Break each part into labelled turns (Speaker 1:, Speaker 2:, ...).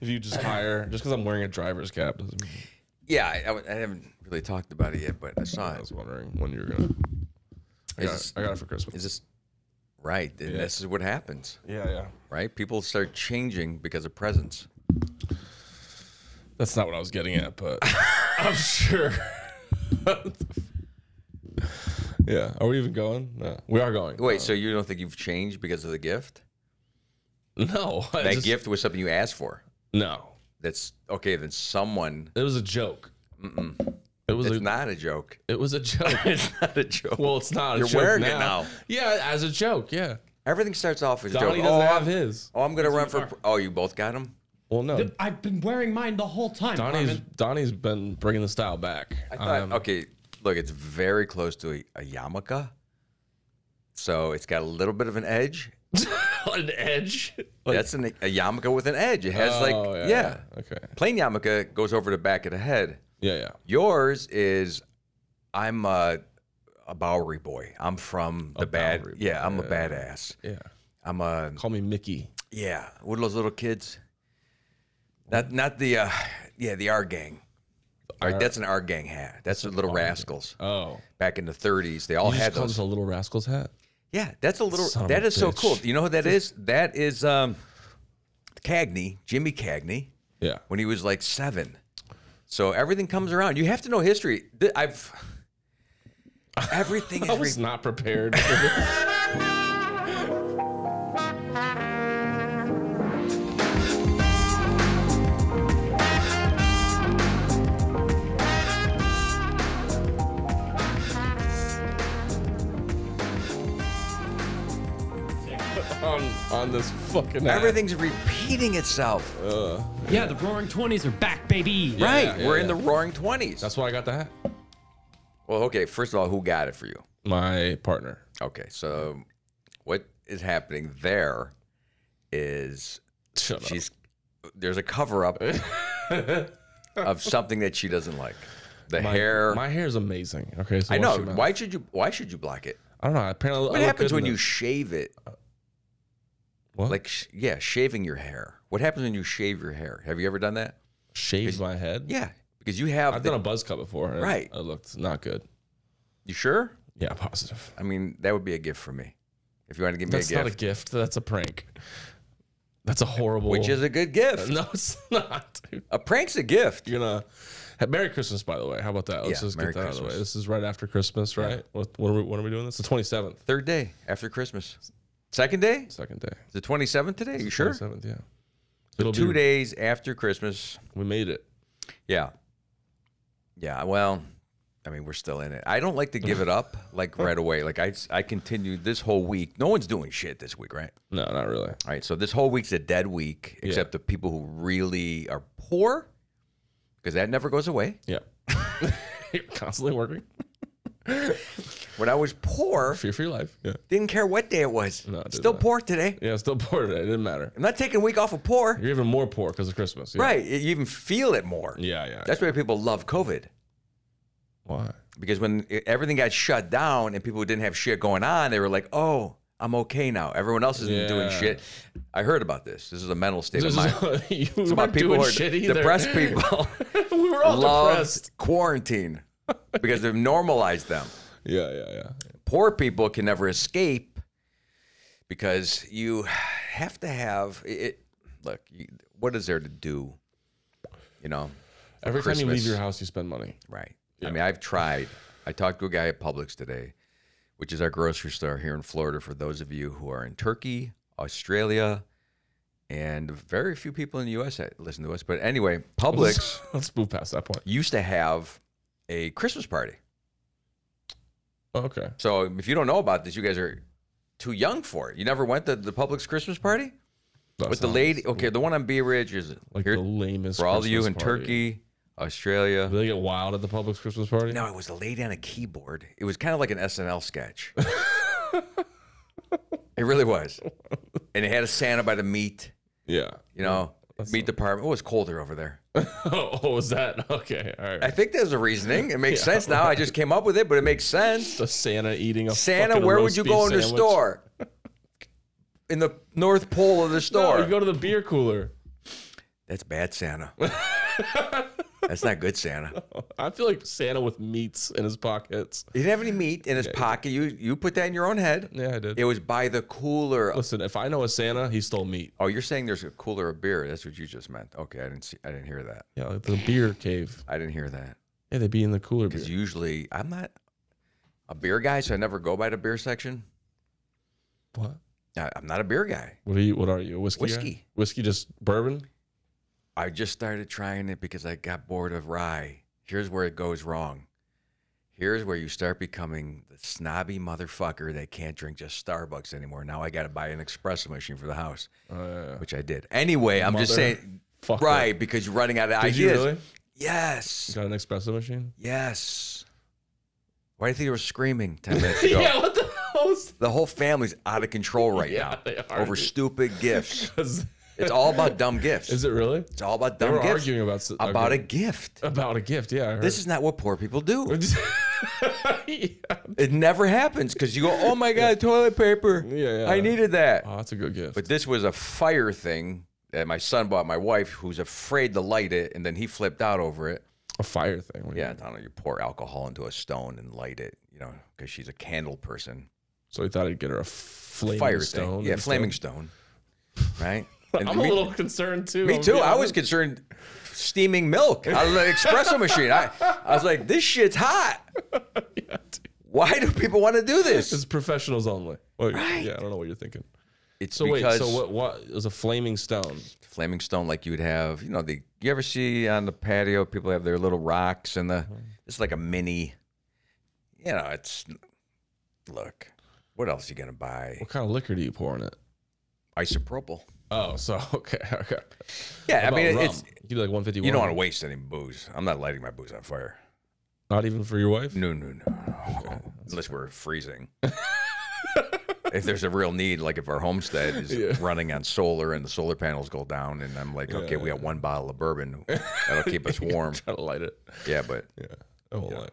Speaker 1: if you just hire just because I'm wearing a driver's cap doesn't mean
Speaker 2: Yeah, I, I w- I haven't really talked about it yet, but I saw
Speaker 1: I
Speaker 2: it.
Speaker 1: was wondering when you're gonna. I
Speaker 2: Is
Speaker 1: got,
Speaker 2: this-
Speaker 1: it. I got it for Christmas.
Speaker 2: Is this right? And
Speaker 1: Yeah.
Speaker 2: this is what happens,
Speaker 1: yeah, yeah.
Speaker 2: right? People start changing because of presents.
Speaker 1: That's not what I was getting at, but I'm sure. yeah. Are we even going? No. We are going.
Speaker 2: Wait, so you don't think you've changed because of the gift?
Speaker 1: No. I
Speaker 2: That
Speaker 1: just-
Speaker 2: gift was something you asked for.
Speaker 1: No.
Speaker 2: That's okay. Then someone.
Speaker 1: It was a joke. It was
Speaker 2: It's
Speaker 1: a.
Speaker 2: not a joke.
Speaker 1: It was a joke.
Speaker 2: It's not a joke.
Speaker 1: well, it's not. A
Speaker 2: You're
Speaker 1: joke
Speaker 2: wearing it
Speaker 1: now.
Speaker 2: now.
Speaker 1: Yeah, as a joke. Yeah.
Speaker 2: Everything starts off as a joke.
Speaker 1: Donnie
Speaker 2: Oh,
Speaker 1: doesn't
Speaker 2: I'm,
Speaker 1: have his.
Speaker 2: oh, I'm gonna run for. pr- Oh, you both got him.
Speaker 1: Well, no.
Speaker 3: I've been wearing mine the whole time.
Speaker 1: Donnie's
Speaker 3: Carmen.
Speaker 1: Donnie's been bringing the style back. Um,
Speaker 2: I thought, okay, look, it's very close to a, a yarmulke. So it's got a little bit of an edge.
Speaker 1: an edge.
Speaker 2: That's an, a yarmulke with an edge. It has like,
Speaker 1: Oh,
Speaker 2: yeah.
Speaker 1: Okay.
Speaker 2: Plain yarmulke goes over the back of the head.
Speaker 1: Yeah, yeah.
Speaker 2: Yours is, I'm a, a Bowery boy. I'm from the bad.
Speaker 1: Bowery boy,
Speaker 2: yeah, I'm a badass.
Speaker 1: Yeah.
Speaker 2: I'm a,
Speaker 1: Call me Mickey.
Speaker 2: yeah, what are those little kids?
Speaker 1: Mm.
Speaker 2: Not, not the, uh, yeah, the R gang. All right, that's an R gang hat. That's the little rascals.
Speaker 1: Oh.
Speaker 2: Back in the 30s, they all
Speaker 1: You
Speaker 2: had
Speaker 1: just call
Speaker 2: those.
Speaker 1: this a little rascal's hat?
Speaker 2: Yeah, that's a little.
Speaker 1: Son of
Speaker 2: that
Speaker 1: a
Speaker 2: is so
Speaker 1: bitch.
Speaker 2: cool. You know who that is? That is um, Cagney, Jimmy Cagney,
Speaker 1: Yeah.
Speaker 2: when he was like seven. So everything comes around. You have to know history. Th- I've everything
Speaker 1: I
Speaker 2: is.
Speaker 1: was
Speaker 2: Re-
Speaker 1: not prepared. For this. on, on this fucking app.
Speaker 2: everything's repeating itself.
Speaker 3: yeah, the Roaring Twenties are back, baby.
Speaker 1: Yeah,
Speaker 2: right,
Speaker 1: yeah,
Speaker 2: we're
Speaker 1: yeah.
Speaker 2: in the Roaring Twenties.
Speaker 1: That's why I got the hat.
Speaker 2: Well, okay. First of all, who got it for you?
Speaker 1: My partner.
Speaker 2: Okay, so what is happening there is
Speaker 1: Shut up.
Speaker 2: she's there's a cover up of something that she doesn't like. The hair.
Speaker 1: My hair is amazing. Okay, so
Speaker 2: I
Speaker 1: watch
Speaker 2: know.
Speaker 1: your mouth.
Speaker 2: Why should you? Why should you black it?
Speaker 1: I don't know. Apparently, I
Speaker 2: What
Speaker 1: look
Speaker 2: happens
Speaker 1: good
Speaker 2: when
Speaker 1: in
Speaker 2: you
Speaker 1: it.
Speaker 2: shave it?
Speaker 1: Uh, What?
Speaker 2: Like, sh- yeah, shaving your hair. What happens when you shave your hair? Have you ever done that?
Speaker 1: shave my head?
Speaker 2: Yeah, because you have.
Speaker 1: I've
Speaker 2: the-
Speaker 1: done a buzz cut before. and
Speaker 2: Right.
Speaker 1: It looked not good.
Speaker 2: you sure?
Speaker 1: Yeah, positive.
Speaker 2: I mean, that would be a gift for me. If you want to give me
Speaker 1: That's
Speaker 2: a gift,
Speaker 1: not a gift. That's a prank. That's a horrible.
Speaker 2: which is a good gift.
Speaker 1: no, it's not. Dude.
Speaker 2: A prank's a gift.
Speaker 1: You're gonna. Hey, Merry Christmas, by the way. How about that? Let's
Speaker 2: Yeah,
Speaker 1: just
Speaker 2: Merry
Speaker 1: get that out of the way.
Speaker 2: Christmas.
Speaker 1: This is right after Christmas, right? What, when, are we, when are we doing this? The 27th,
Speaker 2: Third day after Christmas. Second day,
Speaker 1: second day.
Speaker 2: the twenty seventh today. You sure?
Speaker 1: 27th, yeah. It'll
Speaker 2: Two
Speaker 1: be,
Speaker 2: days after Christmas.
Speaker 1: We made it.
Speaker 2: Yeah. Yeah. Well, I mean, we're still in it. I don't like to give it up like right away. Like I, I continued this whole week. No one's doing shit this week, right?
Speaker 1: No, not really.
Speaker 2: All right. So this whole week's a dead week, except the people who really are poor, because that never goes away.
Speaker 1: Yeah. You're constantly working.
Speaker 2: When I was poor,
Speaker 1: Fear for your life. Yeah.
Speaker 2: didn't care what day it was.
Speaker 1: No, it did
Speaker 2: Still
Speaker 1: not.
Speaker 2: poor today.
Speaker 1: Yeah, still poor today. It didn't matter.
Speaker 2: I'm not taking a week off of poor.
Speaker 1: You're even more poor because of Christmas. Yeah.
Speaker 2: Right. You even feel it more.
Speaker 1: Yeah, yeah.
Speaker 2: That's why people love COVID.
Speaker 1: Why?
Speaker 2: because when it- everything got shut down and people didn't have shit going on, they were like, "Oh, I'm okay now. Everyone else isn't doing
Speaker 1: Yeah.
Speaker 2: shit." I heard about this. This is a mental state of
Speaker 1: This
Speaker 2: mind.
Speaker 1: is- you
Speaker 2: It's about
Speaker 1: weren't
Speaker 2: people who
Speaker 1: doing
Speaker 2: are
Speaker 1: shit either.
Speaker 2: depressed people
Speaker 1: we were all
Speaker 2: love
Speaker 1: depressed.
Speaker 2: quarantine because they've normalized them.
Speaker 1: Yeah, yeah, yeah.
Speaker 2: Poor people can never escape because you have to have it. Look, you, what is there to do? You know, for
Speaker 1: Every time you leave
Speaker 2: Christmas?
Speaker 1: your house, you spend money.
Speaker 2: Right. I mean, I've tried. I talked to a guy at Publix today, which is our grocery store here in Florida for those of you who are in Turkey, Australia, and very few people in the US that listen to us. But anyway, Publix
Speaker 1: Let's move past that point.
Speaker 2: used to have a Christmas party.
Speaker 1: Oh, okay.
Speaker 2: So if you don't know about this, you guys are too young for it. You never went to the Publix Christmas party?
Speaker 1: That
Speaker 2: With the
Speaker 1: sounds
Speaker 2: lady okay, the one on Bee Ridge is
Speaker 1: like
Speaker 2: here
Speaker 1: the lamest.
Speaker 2: for all of you in
Speaker 1: Christmas party.
Speaker 2: Turkey, Australia.
Speaker 1: Do they get wild at the Publix Christmas party?
Speaker 2: No, it was a lady on a keyboard. It was kind of like an SNL sketch. it really was. And it had a Santa by the meat,
Speaker 1: Yeah.
Speaker 2: you know, meat department. It was colder over there.
Speaker 1: oh, oh, is that okay? All right.
Speaker 2: I think there's a reasoning. It makes sense now. I just came up with it, but it makes sense.
Speaker 1: the Santa eating a
Speaker 2: Santa,
Speaker 1: fucking
Speaker 2: where would
Speaker 1: roast
Speaker 2: you
Speaker 1: beef
Speaker 2: go in the
Speaker 1: sandwich.
Speaker 2: store? In the North Pole of the
Speaker 1: No,
Speaker 2: store.
Speaker 1: you go to the beer cooler.
Speaker 2: That's bad Santa. That's not good Santa.
Speaker 1: I feel like Santa with meats in his pockets.
Speaker 2: He didn't have any meat in his pocket. You you put that in your own head.
Speaker 1: Yeah, I did.
Speaker 2: It was by the cooler.
Speaker 1: Listen, if I know a Santa, he stole meat.
Speaker 2: Oh, you're saying there's a cooler of beer. That's what you just meant. Okay, I didn't see. I didn't hear that.
Speaker 1: Yeah, like the beer cave.
Speaker 2: I didn't hear that.
Speaker 1: Yeah, they'd be in the cooler beer.
Speaker 2: Because usually I'm not a beer guy, so I never go by the beer section.
Speaker 1: what?
Speaker 2: I, I'm not a beer guy.
Speaker 1: What are you? What are you? A whiskey? guy?
Speaker 2: Whiskey.
Speaker 1: Whiskey, just bourbon.
Speaker 2: I just started trying it because I got bored of rye. Here's where it goes wrong. Here's where you start becoming the snobby motherfucker that can't drink just Starbucks anymore. Now I got to buy an espresso machine for the house,
Speaker 1: Uh,
Speaker 2: which I did. Anyway, I'm just
Speaker 1: Mother
Speaker 2: saying,
Speaker 1: fucker.
Speaker 2: right? Because you're running out of
Speaker 1: Did you
Speaker 2: ideas.
Speaker 1: really?
Speaker 2: Yes,
Speaker 1: Got an espresso machine?
Speaker 2: yes. Why do you think they were screaming ten minutes ago?
Speaker 1: What the hell?
Speaker 2: The whole family's out of control right
Speaker 1: Yeah,
Speaker 2: now
Speaker 1: they are,
Speaker 2: over
Speaker 1: dude.
Speaker 2: stupid gifts.
Speaker 1: Is,
Speaker 2: It's all about dumb gifts.
Speaker 1: is it really?
Speaker 2: it's all about
Speaker 1: They
Speaker 2: dumb
Speaker 1: were
Speaker 2: gifts.
Speaker 1: arguing about s-
Speaker 2: about a
Speaker 1: okay.
Speaker 2: gift.
Speaker 1: about a gift. Yeah, I heard.
Speaker 2: This is not what poor people do.
Speaker 1: yeah.
Speaker 2: It never happens because you go, oh my God, toilet paper.
Speaker 1: Yeah, yeah.
Speaker 2: I needed that.
Speaker 1: Oh, that's a good gift.
Speaker 2: But this was a fire thing that my son bought my wife, who's afraid to light it, and then he flipped out over it.
Speaker 1: a fire thing. what do you
Speaker 2: Yeah,
Speaker 1: mean?
Speaker 2: Donna, you pour alcohol into a stone and light it, you know, because she's a candle person.
Speaker 1: So he thought he'd get her a flaming
Speaker 2: fire
Speaker 1: stone.
Speaker 2: thing. Yeah,
Speaker 1: instead.
Speaker 2: flaming stone. Right? And
Speaker 1: I'm a
Speaker 2: me-
Speaker 1: little concerned too.
Speaker 2: Me
Speaker 1: I'll
Speaker 2: too.
Speaker 1: be
Speaker 2: I was
Speaker 1: honest.
Speaker 2: concerned steaming milk out of the espresso machine. I, I was like, this shit's hot. Why do people want to do this?
Speaker 1: It's professionals only. Well, Yeah, I don't know what you're thinking.
Speaker 2: It's
Speaker 1: So
Speaker 2: because
Speaker 1: wait, so what? What it was a flaming stone?
Speaker 2: flaming stone, like you would have, you know, the you ever see on the patio people have their little rocks and
Speaker 1: Mm-hmm.
Speaker 2: the it's like a mini, you know, it's look. What else you gonna buy?
Speaker 1: What kind of liquor do you pour in it?
Speaker 2: Isopropyl.
Speaker 1: Oh, so okay, okay.
Speaker 2: Yeah, I
Speaker 1: About
Speaker 2: mean,
Speaker 1: rum?
Speaker 2: it's
Speaker 1: you do like 151.
Speaker 2: you don't want to waste any booze. I'm not lighting my booze on fire.
Speaker 1: Not even for your wife.
Speaker 2: No, no, no. Unless we're freezing. if there's a real need, like if our homestead is running on solar and the solar panels go down, and I'm like, okay, we got one bottle of bourbon that'll keep us warm.
Speaker 1: Try to light it.
Speaker 2: yeah, but
Speaker 1: Yeah, I won't lie.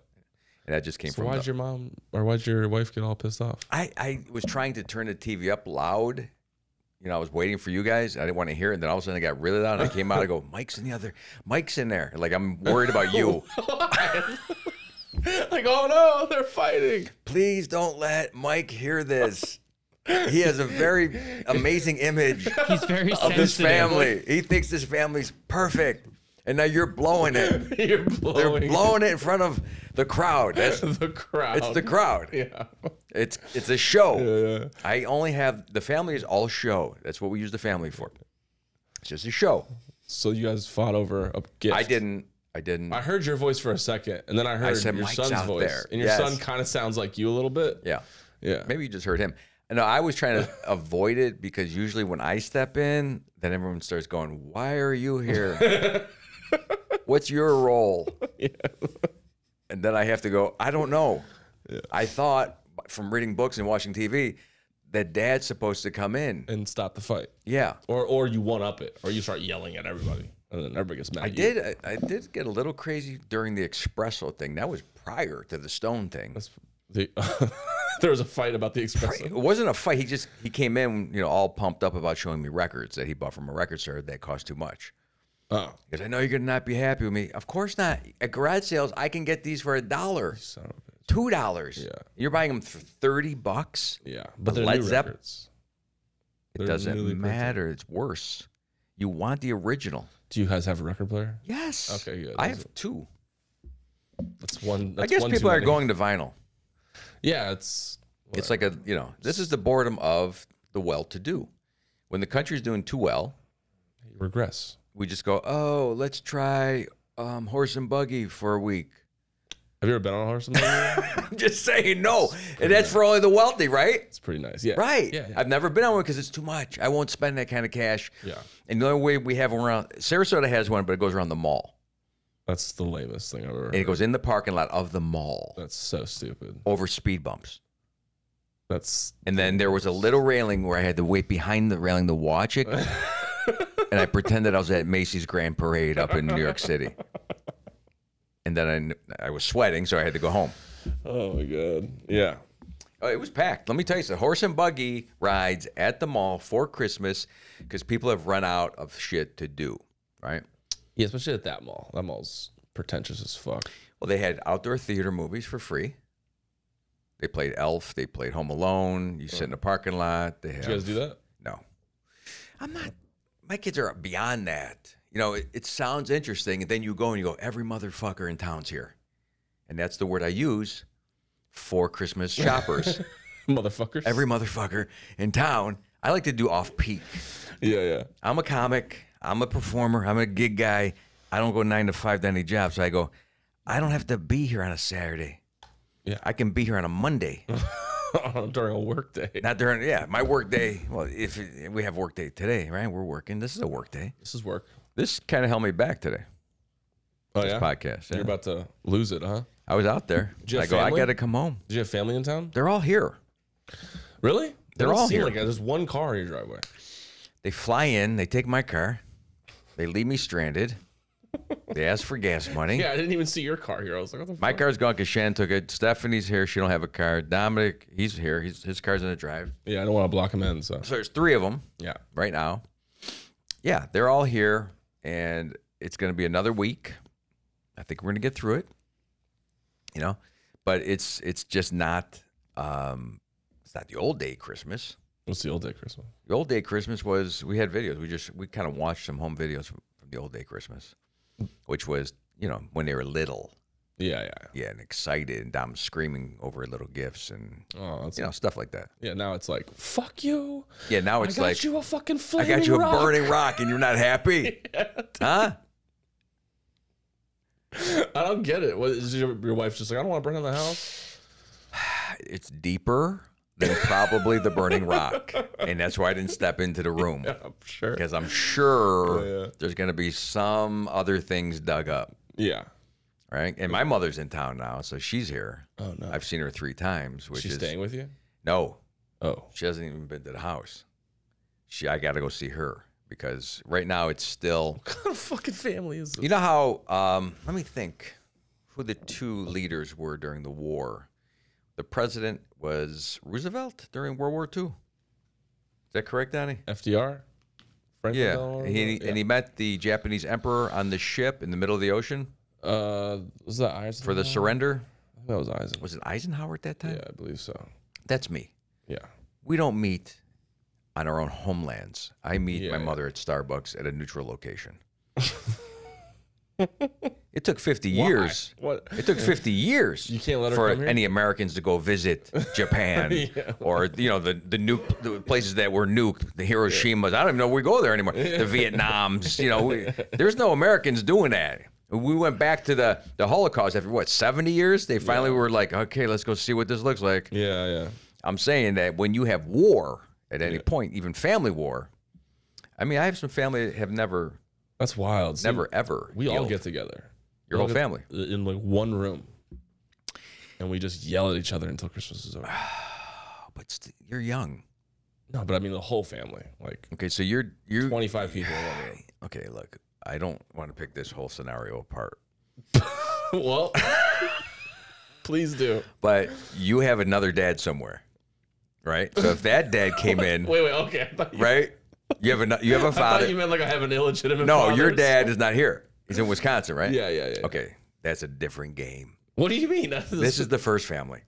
Speaker 2: and that just came
Speaker 1: So
Speaker 2: from.
Speaker 1: why'd
Speaker 2: the-
Speaker 1: your mom or why'd your wife get all pissed off?
Speaker 2: I I was trying to turn the TV up loud. You know, I was waiting for you guys. I didn't want to hear it. And then all of a sudden, I got really loud. And I came out. I go, Mike's in the other. Mike's in there. Like I'm worried about you.
Speaker 1: like, oh no, they're fighting.
Speaker 2: Please don't let Mike hear this. He has a very amazing image.
Speaker 3: He's very
Speaker 2: of
Speaker 3: sensitive.
Speaker 2: this family. He thinks this family's perfect. And now you're blowing it.
Speaker 1: You're
Speaker 2: They're
Speaker 1: blowing,
Speaker 2: blowing it in front of the crowd. That's,
Speaker 1: the crowd.
Speaker 2: it's the crowd.
Speaker 1: yeah.
Speaker 2: It's it's a show.
Speaker 1: yeah.
Speaker 2: I only have the family is all show. That's what we use the family for. It's just a show.
Speaker 1: So you guys fought over a gift.
Speaker 2: I didn't I didn't
Speaker 1: I heard your voice for a second, and then I heard
Speaker 2: said,
Speaker 1: your
Speaker 2: "Mike's
Speaker 1: son's
Speaker 2: out
Speaker 1: voice,
Speaker 2: there."
Speaker 1: and your
Speaker 2: Yes.
Speaker 1: son kind of sounds like you a little bit.
Speaker 2: Yeah.
Speaker 1: Yeah.
Speaker 2: Maybe you just heard him. No, I was trying to avoid it because usually when I step in, then everyone starts going, Why are you here? What's your role? And then I have to go, I don't know. I thought from reading books and watching TV that dad's supposed to come in.
Speaker 1: and stop the fight,
Speaker 2: Yeah.
Speaker 1: or or you one up it, or you start yelling at everybody, and then everybody gets mad.
Speaker 2: I
Speaker 1: at you.
Speaker 2: did I, I did get a little crazy during the espresso thing. That was prior to the stone thing.
Speaker 1: That's the, there was a fight about the
Speaker 2: It
Speaker 1: espresso.
Speaker 2: wasn't a fight. He just he came in, you know, all pumped up about showing me records that he bought from a record store that cost too much.
Speaker 1: Oh,
Speaker 2: Because I know you're gonna not be happy with me. Of course not. At garage sales, I can get these for a dollar,
Speaker 1: son of a bitch.
Speaker 2: two dollars.
Speaker 1: Yeah.
Speaker 2: You're buying them for thirty bucks.
Speaker 1: Yeah, but they're
Speaker 2: Led
Speaker 1: new
Speaker 2: Zepp-
Speaker 1: records.
Speaker 2: It
Speaker 1: They're newly
Speaker 2: doesn't
Speaker 1: printed.
Speaker 2: matter. It's worse. You want the original.
Speaker 1: Do you guys have a record player?
Speaker 2: Yes.
Speaker 1: Okay, good.
Speaker 2: I
Speaker 1: Those
Speaker 2: have two.
Speaker 1: That's one.
Speaker 2: I
Speaker 1: That's
Speaker 2: guess
Speaker 1: one too
Speaker 2: people are
Speaker 1: many.
Speaker 2: going to vinyl.
Speaker 1: Yeah, it's
Speaker 2: It's like a you know this is the boredom of the well-to-do. When the country's doing too well,
Speaker 1: you regress.
Speaker 2: we just go, oh, let's try um, horse and buggy for a week.
Speaker 1: Have you ever been on a horse? and buggy?
Speaker 2: I'm just saying no, and that's for only the wealthy, right?
Speaker 1: it's pretty nice. Yeah.
Speaker 2: Right.
Speaker 1: Yeah. yeah.
Speaker 2: I've never been on one because it's too much. I won't spend that kind of cash.
Speaker 1: Yeah.
Speaker 2: And the only way we have one around Sarasota has one, but it goes around the mall.
Speaker 1: That's the lamest thing I've ever.
Speaker 2: And it
Speaker 1: Heard.
Speaker 2: goes in the parking lot of the mall
Speaker 1: That's so stupid.
Speaker 2: over speed bumps.
Speaker 1: That's
Speaker 2: And then there was a little railing where I had to wait behind the railing to watch it. and I pretended I was at Macy's Grand Parade up in New York City. And then I, kn- I was sweating, so I had to go home.
Speaker 1: oh my god. Yeah.
Speaker 2: Oh, it was packed. Let me tell you, the horse and buggy rides at the mall for Christmas because people have run out of shit to do. right?
Speaker 1: Yeah, especially at that mall. That mall's pretentious as fuck.
Speaker 2: Well, they had outdoor theater movies for free. They played Elf. They played Home Alone. You sit in a parking lot. They
Speaker 1: Did you guys do that?
Speaker 2: No. I'm not. My kids are beyond that. You know, it, it sounds interesting. And then you go and you go, every motherfucker in town's here. And that's the word I use for Christmas shoppers.
Speaker 1: Motherfuckers.
Speaker 2: every motherfucker in town. I like to do off peak.
Speaker 1: yeah, yeah.
Speaker 2: I'm a comic. I'm a performer. I'm a gig guy. I don't go nine to five to any job. So I go, I don't have to be here on a Saturday.
Speaker 1: Yeah.
Speaker 2: I can be here on a Monday.
Speaker 1: During a work day.
Speaker 2: Not during, yeah, my work day. Well, if we have work day today, right? We're working. This is a work day.
Speaker 1: This is work.
Speaker 2: This kind of held me back today.
Speaker 1: Oh,
Speaker 2: This
Speaker 1: yeah?
Speaker 2: podcast. yeah.
Speaker 1: You're about to lose it, huh?
Speaker 2: I was out there.
Speaker 1: Do you
Speaker 2: I
Speaker 1: have
Speaker 2: go. I
Speaker 1: family?
Speaker 2: got to come home.
Speaker 1: Did you have family in town?
Speaker 2: They're all here.
Speaker 1: Really?
Speaker 2: They're
Speaker 1: Doesn't
Speaker 2: all
Speaker 1: seem
Speaker 2: here.
Speaker 1: Like it. There's one car in your driveway.
Speaker 2: They fly in. They take my car. They leave me stranded. They ask for gas money.
Speaker 1: Yeah, I didn't even see your car here. I was like, what the
Speaker 2: My
Speaker 1: fuck?
Speaker 2: car's gone because Shannon took it. Stephanie's here. She don't have a car. Dominic, he's here. He's, his car's in the drive.
Speaker 1: Yeah, I don't want to block him in. So
Speaker 2: So there's three of them
Speaker 1: yeah,
Speaker 2: right now. Yeah, they're all here, and it's going to be another week. I think we're going to get through it. You know, but it's it's just not um, it's not the old day Christmas.
Speaker 1: what's the old day Christmas?
Speaker 2: The old day Christmas was we had videos. We just we kind of watched some home videos from the old day Christmas, which was you know when they were little,
Speaker 1: Yeah, yeah.
Speaker 2: yeah, and excited, and Dom screaming over little gifts and
Speaker 1: Oh, that's,
Speaker 2: you know stuff like that.
Speaker 1: yeah. Now it's like, fuck you.
Speaker 2: Yeah, now
Speaker 1: I
Speaker 2: it's
Speaker 1: got
Speaker 2: like
Speaker 1: you a fucking
Speaker 2: I
Speaker 1: flaming
Speaker 2: got you a
Speaker 1: rock.
Speaker 2: burning rock, and you're not happy, huh?
Speaker 1: I don't get it. What is your, your wife's just like? I don't want to burn down the house.
Speaker 2: It's deeper than probably the burning rock, and that's why I didn't step into the room
Speaker 1: I'm Oh, sure.
Speaker 2: because I'm sure
Speaker 1: Yeah, yeah.
Speaker 2: there's gonna be some other things dug up.
Speaker 1: Yeah.
Speaker 2: right? And my mother's in town now, so she's here.
Speaker 1: Oh, no.
Speaker 2: I've seen her three times, which
Speaker 1: She's
Speaker 2: is
Speaker 1: staying with you.
Speaker 2: no,
Speaker 1: Oh,
Speaker 2: she hasn't even been to the house. She, I got to go see her because right now it's still.
Speaker 1: what kind of fucking family is this?
Speaker 2: You know how? Um, let me think. Who the two leaders were during the war? The president was Roosevelt during World War II. Is that correct, Donnie?
Speaker 1: FDR. Franklin
Speaker 2: Yeah.
Speaker 1: Delano
Speaker 2: He,
Speaker 1: Roosevelt?
Speaker 2: And he met the Japanese emperor on the ship in the middle of the ocean
Speaker 1: Yeah. Uh, was that Eisenhower?
Speaker 2: for the surrender.
Speaker 1: that was Eisenhower.
Speaker 2: Was it Eisenhower at that time?
Speaker 1: Yeah, I believe so.
Speaker 2: That's me.
Speaker 1: Yeah.
Speaker 2: we don't meet on our own homelands. I meet
Speaker 1: Yeah,
Speaker 2: my
Speaker 1: yeah.
Speaker 2: mother at Starbucks at a neutral location. it took 50 years.
Speaker 1: What?
Speaker 2: It took 50 years.
Speaker 1: You can't let her
Speaker 2: for
Speaker 1: come here?
Speaker 2: any Americans to go visit Japan or you know the the nuke the places that were nuked, the Hiroshimas. I don't even know we go there anymore. The Vietnams, you know, we, there's no Americans doing that. We went back to the the Holocaust after what 70 years. They finally were like, okay, let's go see what this looks like.
Speaker 1: Yeah, yeah.
Speaker 2: I'm saying that when you have war at any point, even family war, I mean, I have some family that have never,
Speaker 1: That's wild. See,
Speaker 2: never, ever.
Speaker 1: We all
Speaker 2: yelled.
Speaker 1: get together.
Speaker 2: Your
Speaker 1: We all
Speaker 2: whole
Speaker 1: get
Speaker 2: family.
Speaker 1: in like one room, and we just yell at each other until Christmas is over.
Speaker 2: Oh, but st- you're young.
Speaker 1: No, but I mean the whole family, like
Speaker 2: Okay, so you're you.
Speaker 1: twenty five people in one room.
Speaker 2: Okay, look, I don't want to pick this whole scenario apart,
Speaker 1: well, please do.
Speaker 2: but you have another dad somewhere, right? So if that dad came in,
Speaker 1: Wait, wait. Okay, I thought you,
Speaker 2: right, you have a you have a
Speaker 1: I thought you
Speaker 2: father.
Speaker 1: meant like I have an illegitimate.
Speaker 2: No,
Speaker 1: father.
Speaker 2: your dad is not here. He's in Wisconsin, right?
Speaker 1: Yeah, yeah, yeah.
Speaker 2: Okay, that's a different game.
Speaker 1: What do you mean?
Speaker 2: This is the first family.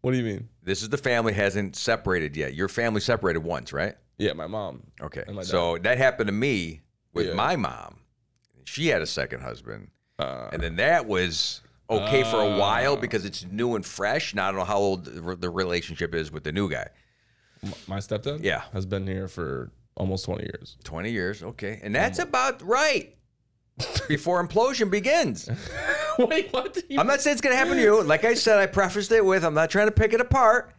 Speaker 1: What do you mean?
Speaker 2: This is the family hasn't separated yet. Your family separated once, right?
Speaker 1: Yeah, my mom.
Speaker 2: Okay.
Speaker 1: And my dad.
Speaker 2: So that happened to me with
Speaker 1: Yeah.
Speaker 2: my mom. She had a second husband.
Speaker 1: Uh,
Speaker 2: and then that was okay for a while because it's new and fresh. Now I don't know how old the re- the relationship is with the new guy.
Speaker 1: My stepdad.
Speaker 2: Yeah.
Speaker 1: has been here for almost twenty years.
Speaker 2: 20 years. Okay. And that's
Speaker 1: Mm-hmm.
Speaker 2: about right before implosion begins.
Speaker 1: wait, what? Do you
Speaker 2: I'm not saying it's going to happen to you. Like I said, I prefaced it with I'm not trying to pick it apart.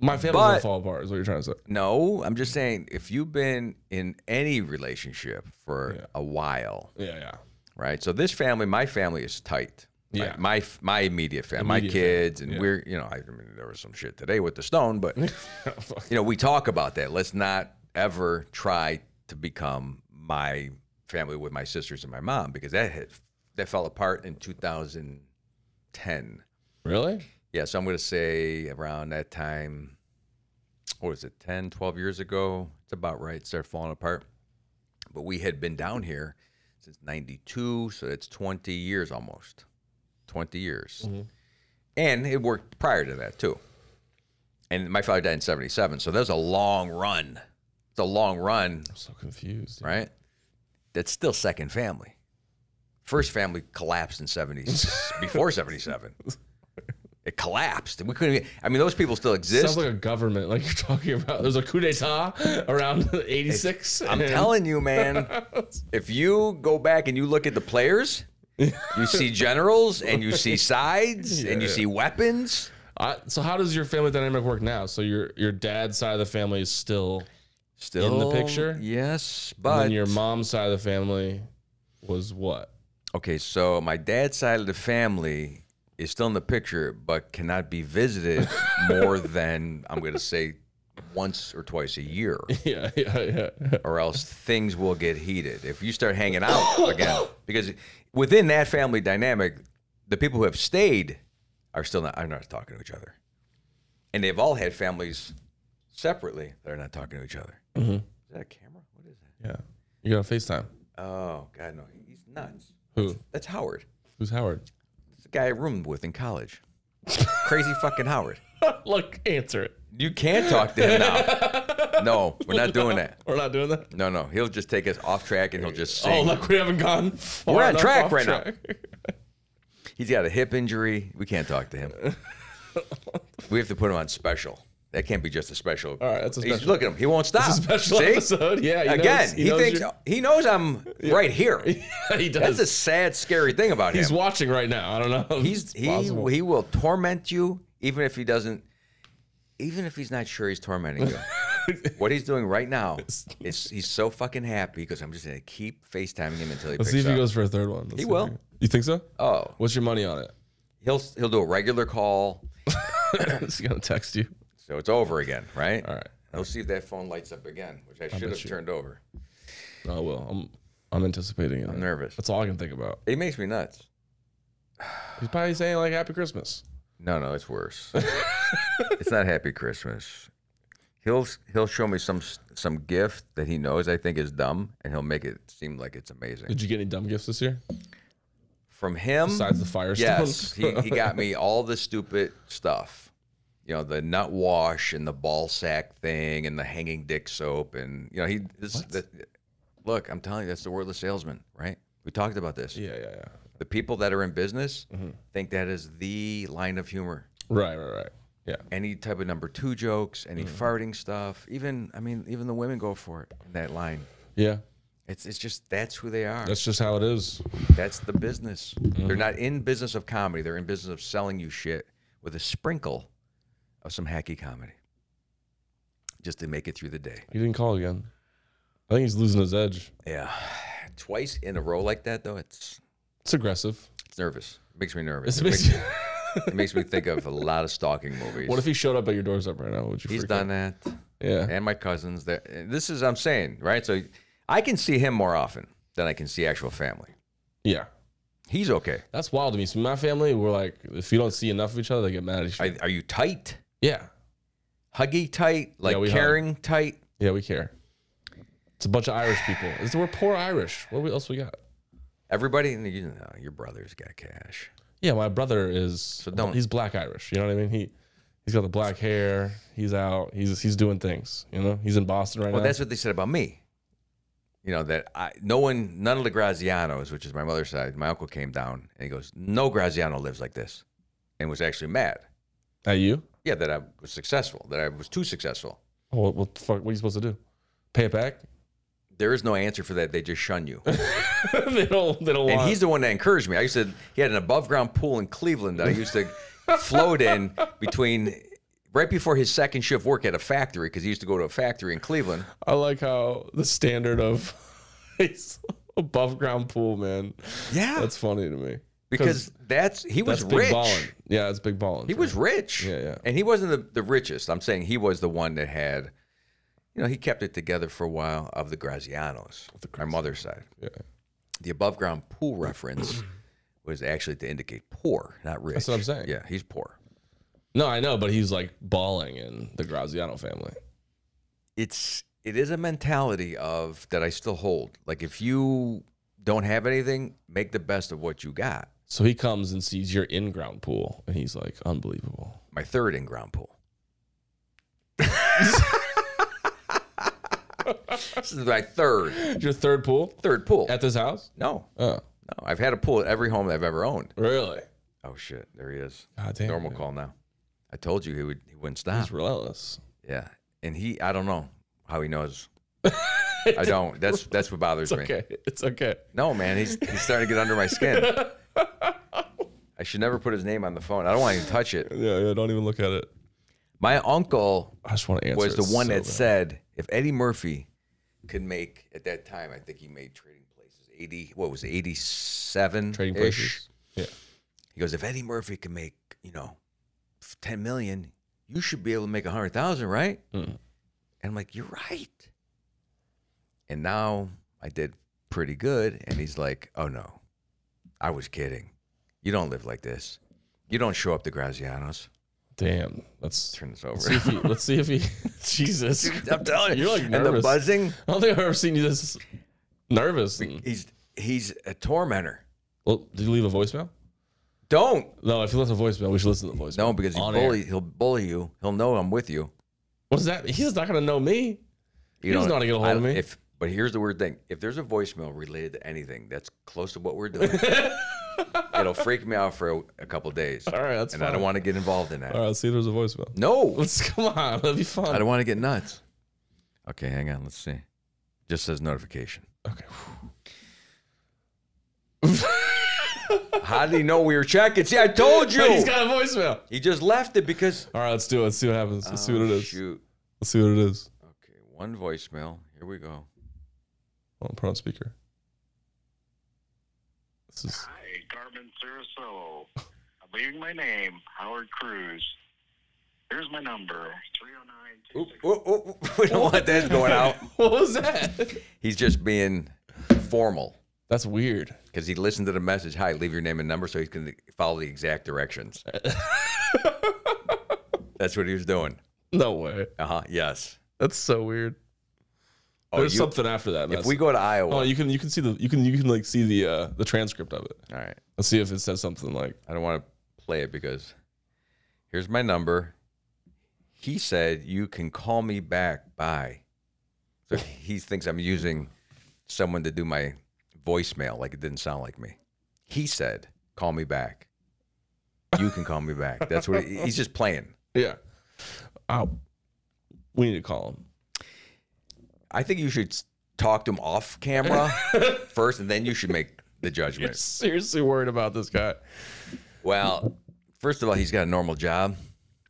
Speaker 1: My family's
Speaker 2: But-
Speaker 1: gonna fall apart. Is what you're trying to say?
Speaker 2: No, I'm just saying if you've been in any relationship for a while,
Speaker 1: Yeah, yeah.
Speaker 2: right? So this family, my family is tight. My-
Speaker 1: Yeah.
Speaker 2: My f- my immediate family,
Speaker 1: Immediate
Speaker 2: my kids, and
Speaker 1: yeah.
Speaker 2: we're you know I mean there was some shit today with the stone, but you
Speaker 1: Fuck.
Speaker 2: know we talk about that. Let's not ever try to become my family with my sisters and my mom because that had, that fell apart in 2010.
Speaker 1: Really?
Speaker 2: Yeah, so I'm going to say around that time, what was it, 10, 12 years ago? It's about right. Started falling apart. but we had been down here since 92 so it's 20 years almost 20 years and it worked prior to that too and my father died in 77 so that was a long run it's a long run
Speaker 1: I'm so confused.
Speaker 2: right that's still second family first family collapsed in 70s before 77 it collapsed we couldn't even, i mean those people still exist
Speaker 1: Sounds like a government, like you're talking about. There's a coup d'état around '86.
Speaker 2: I'm telling you, man. if you go back and you look at the players, you see generals and you see sides and you
Speaker 1: Yeah.
Speaker 2: see weapons.
Speaker 1: I, so how does your family dynamic work now? So your your dad's side of the family is still,
Speaker 2: Still
Speaker 1: picture?
Speaker 2: Yes,
Speaker 1: and
Speaker 2: but
Speaker 1: then your mom's side of the family was what?
Speaker 2: okay. So my dad's side of the family is still in the picture, but cannot be visited more than I'm going to say once or twice a year,
Speaker 1: Yeah, yeah, yeah.
Speaker 2: or else things will get heated if you start hanging out again. Because within that family dynamic, the people who have stayed are still not are not talking to each other. and they've all had families separately. They're not talking to each other. Is that a camera? What is
Speaker 1: Yeah. You got a FaceTime.
Speaker 2: that? Oh God, no, he's nuts.
Speaker 1: Who?
Speaker 2: That's Howard.
Speaker 1: Who's Howard?
Speaker 2: It's the guy I roomed with in college. Crazy fucking Howard.
Speaker 1: Look, answer it.
Speaker 2: You can't talk to him now. No, we're not doing that.
Speaker 1: We're not doing that.
Speaker 2: No, no, he'll just take us off track and he'll just
Speaker 1: Oh,
Speaker 2: sing.
Speaker 1: look, we haven't gone. far
Speaker 2: We're on
Speaker 1: enough
Speaker 2: track
Speaker 1: off
Speaker 2: right now.
Speaker 1: track. Oh.
Speaker 2: He's got a hip injury. We can't talk to him. we have to put him on special. That can't be just a special.
Speaker 1: All right, that's a
Speaker 2: He's,
Speaker 1: special.
Speaker 2: look at him. He won't stop.
Speaker 1: Special
Speaker 2: See?
Speaker 1: episode. Yeah. He
Speaker 2: Again,
Speaker 1: knows-
Speaker 2: he,
Speaker 1: knows
Speaker 2: thinks
Speaker 1: you're-
Speaker 2: he knows I'm right here.
Speaker 1: he does.
Speaker 2: That's a sad, scary thing about
Speaker 1: He's
Speaker 2: him.
Speaker 1: watching right now. I don't know.
Speaker 2: He's he
Speaker 1: Possible.
Speaker 2: he will torment you even if he doesn't, even if he's not sure he's tormenting you. what he's doing right now is he's so fucking happy because I'm just gonna keep FaceTiming him until he
Speaker 1: Let's see if
Speaker 2: picks
Speaker 1: he
Speaker 2: up.
Speaker 1: goes for a third one. Let's see if
Speaker 2: will.
Speaker 1: You think so?
Speaker 2: oh,
Speaker 1: What's your money on it?
Speaker 2: he'll he'll do a regular call,
Speaker 1: He's gonna text you.
Speaker 2: so it's over again, right?
Speaker 1: All right.
Speaker 2: He'll see if that phone lights up again, which I should have
Speaker 1: you-
Speaker 2: turned over.
Speaker 1: Oh well, I'm I'm anticipating it.
Speaker 2: I'm nervous.
Speaker 1: That's all I can think about.
Speaker 2: It makes me nuts.
Speaker 1: He's probably saying like Happy Christmas.
Speaker 2: No, no, it's worse. it's not Happy Christmas. He'll he'll show me some some gift that he knows I think is dumb, and he'll make it seem like it's amazing.
Speaker 1: Did you get any dumb gifts this year?
Speaker 2: From him,
Speaker 1: Besides the fire
Speaker 2: yes,
Speaker 1: stones?
Speaker 2: he, he got me all the stupid stuff. You know, the nut wash and the ball sack thing and the hanging dick soap, and you know he. This, that, look, I'm telling you, that's the wordless salesman, right? We talked about this.
Speaker 1: Yeah, Mm-hmm. yeah, yeah.
Speaker 2: The people that are in business think that is the line of humor.
Speaker 1: Right, right, right. Yeah.
Speaker 2: any type of number two jokes, any
Speaker 1: Mm-hmm.
Speaker 2: farting stuff. Even I mean, even the women go for it in that line.
Speaker 1: Yeah.
Speaker 2: It's it's just that's who they are. That's,
Speaker 1: That's Mm-hmm. just how it is.
Speaker 2: the business. They're not in business of comedy. They're in business of selling you shit with a sprinkle of some hacky comedy, just to make it through the day.
Speaker 1: He didn't call again. I think he's losing his edge.
Speaker 2: Yeah, twice in a row like that though, it's
Speaker 1: It's aggressive.
Speaker 2: it's nervous. It makes me
Speaker 1: It's
Speaker 2: nervous. It makes,
Speaker 1: amazing.
Speaker 2: it makes me think of a lot of stalking movies.
Speaker 1: what if he showed up at your doorstep right now? Would you?
Speaker 2: He's
Speaker 1: freak out?
Speaker 2: done that,
Speaker 1: Yeah.
Speaker 2: and my cousins. That this is I'm saying right. So I can see him more often than I can see actual family.
Speaker 1: Yeah.
Speaker 2: He's okay.
Speaker 1: That's wild to me. So my family, we're like, if you don't see enough of each other, they get mad at each other.
Speaker 2: Are, are you tight?
Speaker 1: yeah.
Speaker 2: Huggy tight? Like
Speaker 1: we hug.
Speaker 2: caring tight?
Speaker 1: Yeah, we care. It's a bunch of Irish people. It's- We're poor Irish. What we- else we got?
Speaker 2: Everybody, you know, your brother's got cash.
Speaker 1: Yeah, my brother is. So
Speaker 2: don't-
Speaker 1: He's black Irish. You know what I mean? He he's got the black hair. He's out. He's he's doing things. You know. He's in Boston right
Speaker 2: Well,
Speaker 1: now.
Speaker 2: that's what they said about me. You know, that I, no one, none of the Grazianos, which is my mother's side, my uncle came down and he goes, No Graziano lives like this. And was actually mad.
Speaker 1: At you?
Speaker 2: Yeah, that I was successful, that I was too successful.
Speaker 1: Oh, what, what the fuck? What are you supposed to do? Pay it back?
Speaker 2: There is no answer for that. They just shun you.
Speaker 1: they don't. They don't.
Speaker 2: And
Speaker 1: want-
Speaker 2: he's the one that encouraged me. I used to he had an above ground pool in Cleveland that I used to float in between right before his second shift work at a factory because he used to go to a factory in Cleveland.
Speaker 1: I like how the standard of it's above ground pool, man.
Speaker 2: Yeah,
Speaker 1: That's funny to me.
Speaker 2: because that's he was
Speaker 1: that's
Speaker 2: rich.
Speaker 1: big ballin'. Yeah, it's big ballin'.
Speaker 2: He was rich.
Speaker 1: Yeah, yeah.
Speaker 2: And he wasn't the, the richest. I'm saying he was the one that had, you know, he kept it together for a while of the Grazianos, our mother's side.
Speaker 1: Yeah.
Speaker 2: The above ground pool reference was actually to indicate poor, not rich.
Speaker 1: what I'm saying.
Speaker 2: Yeah, he's poor.
Speaker 1: No, I know, but he's like balling in the Graziano family.
Speaker 2: it's it is a mentality of that I still hold. Like if you don't have anything, make the best of what you got.
Speaker 1: So he comes and sees your in ground pool and he's like, unbelievable.
Speaker 2: My third in ground pool. this is my third
Speaker 1: Your third pool
Speaker 2: third pool.
Speaker 1: at this house?
Speaker 2: no,
Speaker 1: Oh,
Speaker 2: no, I've had a pool at every home I've ever owned.
Speaker 1: really?
Speaker 2: Oh shit, there he is.
Speaker 1: God damn.
Speaker 2: Normal
Speaker 1: dude.
Speaker 2: call now. I told you he would he wouldn't stop.
Speaker 1: He's relentless.
Speaker 2: Yeah, and he I don't know how he knows. I don't. That's that's what bothers me.
Speaker 1: Okay. It's okay.
Speaker 2: No, man, he's he's starting to get under my skin. I should never put his name on the phone. I don't want to even touch it.
Speaker 1: Yeah, yeah. Don't even look at it.
Speaker 2: My uncle
Speaker 1: I just want to answer.
Speaker 2: was the
Speaker 1: it
Speaker 2: one
Speaker 1: so
Speaker 2: that
Speaker 1: bad.
Speaker 2: said if Eddie Murphy could make at that time, I think he made Trading Places eighty. What was it, eighty seven?
Speaker 1: Trading places. Yeah.
Speaker 2: He goes, if Eddie Murphy can make you know f- ten million, you should be able to make a hundred thousand, right?
Speaker 1: Mm.
Speaker 2: And I'm like, you're right. And now I did pretty good. And he's like, oh no, I was kidding. You don't live like this. You don't show up to Graziano's.
Speaker 1: Damn. Let's
Speaker 2: Turn this
Speaker 1: let's see if
Speaker 2: over.
Speaker 1: he. Let's see if he. Jesus.
Speaker 2: I'm telling you.
Speaker 1: You're like
Speaker 2: and the
Speaker 1: nervous.
Speaker 2: buzzing,
Speaker 1: I don't think I've ever seen you this nervous. And,
Speaker 2: he's he's a tormentor.
Speaker 1: well, did you leave a voicemail?
Speaker 2: Don't.
Speaker 1: No. If you left a voicemail, we should listen to the voicemail.
Speaker 2: No, because he
Speaker 1: On air.
Speaker 2: bully, he'll bully you. He'll know I'm with you.
Speaker 1: What does that? mean? He's not gonna know me.
Speaker 2: You
Speaker 1: He doesn't
Speaker 2: don't-
Speaker 1: know how to get a hold of
Speaker 2: I-
Speaker 1: me.
Speaker 2: If, but here's the weird thing: if there's a voicemail related to anything that's close to what we're doing, it'll freak me out for a, a couple days,
Speaker 1: All right. That's
Speaker 2: and
Speaker 1: fine.
Speaker 2: I don't want to get involved in that.
Speaker 1: All right. Let's see if there's a voicemail.
Speaker 2: No,
Speaker 1: Let's come on. That'd be fun.
Speaker 2: I don't want to get nuts. Okay, hang on. Let's see. Just says notification.
Speaker 1: okay.
Speaker 2: How did he know we were checking? See, I told you.
Speaker 1: Hey, he's got a voicemail.
Speaker 2: he just left it because.
Speaker 1: All right. Let's do it. Let's see what happens. Let's see
Speaker 2: Oh,
Speaker 1: what it is.
Speaker 2: Shoot.
Speaker 1: Let's see what it is.
Speaker 2: Okay, one voicemail. Here we go.
Speaker 1: I'll Oh, put on speaker. This is.
Speaker 4: Hi, Carmen Solo. I'm leaving my name, Howard Cruz. Here's my number, 309
Speaker 2: Oop, oop, oop. We don't want that going out.
Speaker 1: What was that?
Speaker 2: He's just being formal.
Speaker 1: That's weird.
Speaker 2: because he listened to the message. Hi, leave your name and number, so he's going to follow the exact directions. That's what he was doing.
Speaker 1: No way.
Speaker 2: Uh huh. Yes.
Speaker 1: That's so weird.
Speaker 2: Oh,
Speaker 1: There's
Speaker 2: you-
Speaker 1: something after that.
Speaker 2: If we go to Iowa,
Speaker 1: oh, you can you can see the you can you can like see the uh the transcript of it.
Speaker 2: all right.
Speaker 1: Let's see if it says something like
Speaker 2: I don't want to play it because here's my number. He said you can call me back by. So he thinks I'm using someone to do my voicemail. Like it didn't sound like me. He said, "Call me back." You can call me back. That's what he- he's just playing.
Speaker 1: yeah. Oh, we need to call him.
Speaker 2: I think you should s- talk to him off camera first, and then you should make the
Speaker 1: You're
Speaker 2: judgment.
Speaker 1: seriously worried about this guy.
Speaker 2: Well, first of all, he's got a normal job,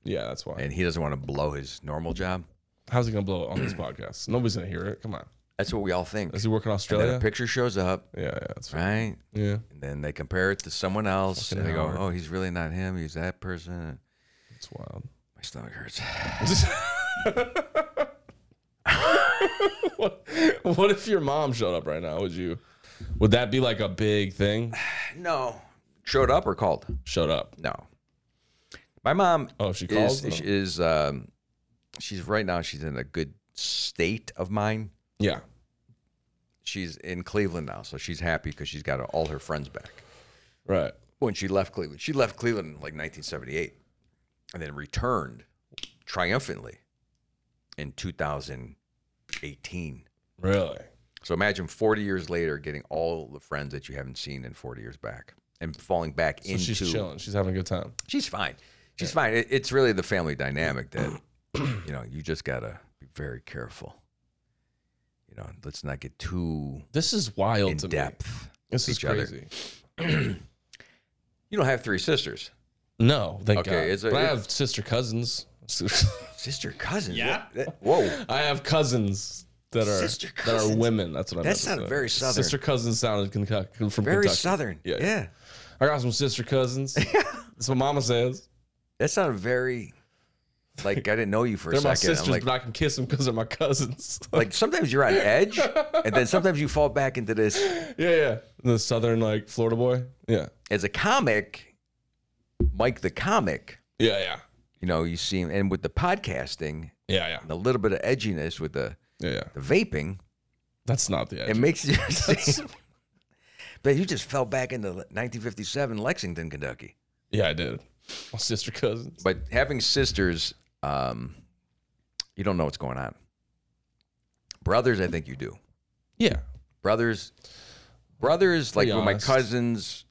Speaker 1: Yeah, that's why.
Speaker 2: and he doesn't want to blow his normal job.
Speaker 1: How's he gonna blow it on this podcast? Nobody's gonna hear it. Come on.
Speaker 2: That's what we all think.
Speaker 1: Is he working
Speaker 2: And then
Speaker 1: Australia?
Speaker 2: a picture shows up,
Speaker 1: yeah, yeah, that's fine.
Speaker 2: right?
Speaker 1: Yeah.
Speaker 2: And then they compare it to someone else,
Speaker 1: Fucking
Speaker 2: and they go,
Speaker 1: Howard.
Speaker 2: "Oh, he's really not him. He's that person."
Speaker 1: It's wild.
Speaker 2: My stomach hurts.
Speaker 1: what, what if your mom showed up right now? Would you? Would that be like a big thing?
Speaker 2: No, showed up or called?
Speaker 1: Shut up.
Speaker 2: No. My mom
Speaker 1: Oh, she calls.
Speaker 2: is
Speaker 1: them.
Speaker 2: is um, she's right now. She's in a good state of mind.
Speaker 1: yeah.
Speaker 2: she's in Cleveland now, so she's happy because she's got all her friends back.
Speaker 1: Right.
Speaker 2: When she left Cleveland, she left Cleveland in like 1978, and then returned triumphantly in 2018.
Speaker 1: Really.
Speaker 2: So imagine 40 years later getting all the friends that you haven't seen in 40 years back and falling back
Speaker 1: So
Speaker 2: into
Speaker 1: she's chilling. She's having a good time.
Speaker 2: She's fine. She's fine. It, it's really the family dynamic that you know you just gotta be very careful. You know, let's not get too
Speaker 1: This is wild
Speaker 2: in
Speaker 1: to me.
Speaker 2: depth.
Speaker 1: This is
Speaker 2: each other.
Speaker 1: crazy.
Speaker 2: You don't have three sisters.
Speaker 1: No, thank
Speaker 2: Okay,
Speaker 1: God.
Speaker 2: it's a-
Speaker 1: but I
Speaker 2: it's-
Speaker 1: have sister cousins.
Speaker 2: Sister cousins.
Speaker 3: Yeah?
Speaker 2: What- that- whoa.
Speaker 1: I have cousins that are
Speaker 2: Sister
Speaker 1: that
Speaker 2: cousins?
Speaker 1: are women. That's what I.
Speaker 2: That
Speaker 1: meant to
Speaker 2: sounded
Speaker 1: say.
Speaker 2: very Southern.
Speaker 1: Sister cousins sounded Kentucky, from
Speaker 2: Very
Speaker 1: Kentucky.
Speaker 2: southern.
Speaker 1: Yeah,
Speaker 2: Yeah,
Speaker 1: yeah. I got some sister cousins. That's what Mama says.
Speaker 2: That sounded very like I didn't know you for
Speaker 1: They're
Speaker 2: a
Speaker 1: my
Speaker 2: second. I'm
Speaker 1: sisters,
Speaker 2: like,
Speaker 1: but I can kiss them because they're my cousins.
Speaker 2: like sometimes you're on edge, and then sometimes you fall back into this
Speaker 1: Yeah, yeah. The southern like Florida boy. Yeah.
Speaker 2: as a comic, Mike the comic.
Speaker 1: Yeah, yeah.
Speaker 2: You know, you see him, and with the podcasting
Speaker 1: Yeah, yeah.
Speaker 2: and a little bit of edginess with the
Speaker 1: Yeah, yeah.
Speaker 2: The vaping,
Speaker 1: That's not the
Speaker 2: it
Speaker 1: idea.
Speaker 2: makes you. but you just fell back into 1957 Lexington, Kentucky.
Speaker 1: yeah, I did. My sister cousins.
Speaker 2: But having sisters, um, you don't know what's going on. Brothers, I think you do.
Speaker 1: Yeah.
Speaker 2: Brothers, brothers, like
Speaker 1: Be
Speaker 2: with my
Speaker 1: honest.
Speaker 2: cousins,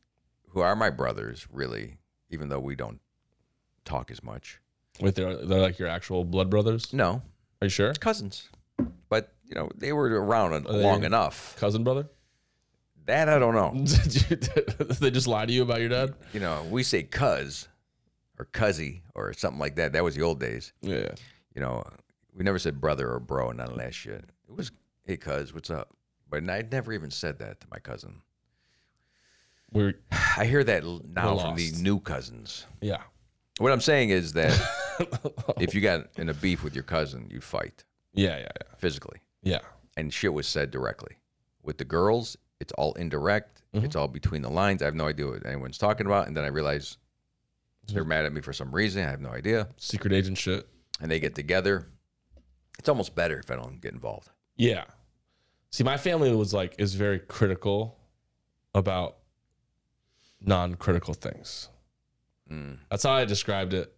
Speaker 2: who are my brothers, really, even though we don't talk as much.
Speaker 1: Wait, they're, they're like your actual blood brothers?
Speaker 2: No,
Speaker 1: Are you sure?
Speaker 2: cousins. But, you know, they were around
Speaker 1: they-
Speaker 2: long enough.
Speaker 1: Cousin brother?
Speaker 2: That I don't
Speaker 1: Mm.
Speaker 2: know.
Speaker 1: they just lie to you about your dad?
Speaker 2: You know, we say cuz or cuzzy or something like that. That was the old days.
Speaker 1: Yeah.
Speaker 2: you know, we never said brother or bro, none of that shit. It was, hey, cuz, what's up? But I never even said that to my cousin.
Speaker 1: We're,
Speaker 2: I hear that l- now
Speaker 1: We're
Speaker 2: from the
Speaker 1: lost.
Speaker 2: new cousins.
Speaker 1: yeah.
Speaker 2: What I'm saying is that if you got in a beef with your cousin, you'd fight
Speaker 1: Yeah, yeah,
Speaker 2: physically.
Speaker 1: yeah.
Speaker 2: And shit was said directly. With the girls, it's all indirect, it's all between the lines. I have no idea what anyone's talking about. And then I realize they're mad at me for some reason. I have no idea.
Speaker 1: Secret agent shit.
Speaker 2: And they get together. It's almost better if I don't get involved.
Speaker 1: Yeah. See, my family was like is very critical about non-critical things. That's how I described it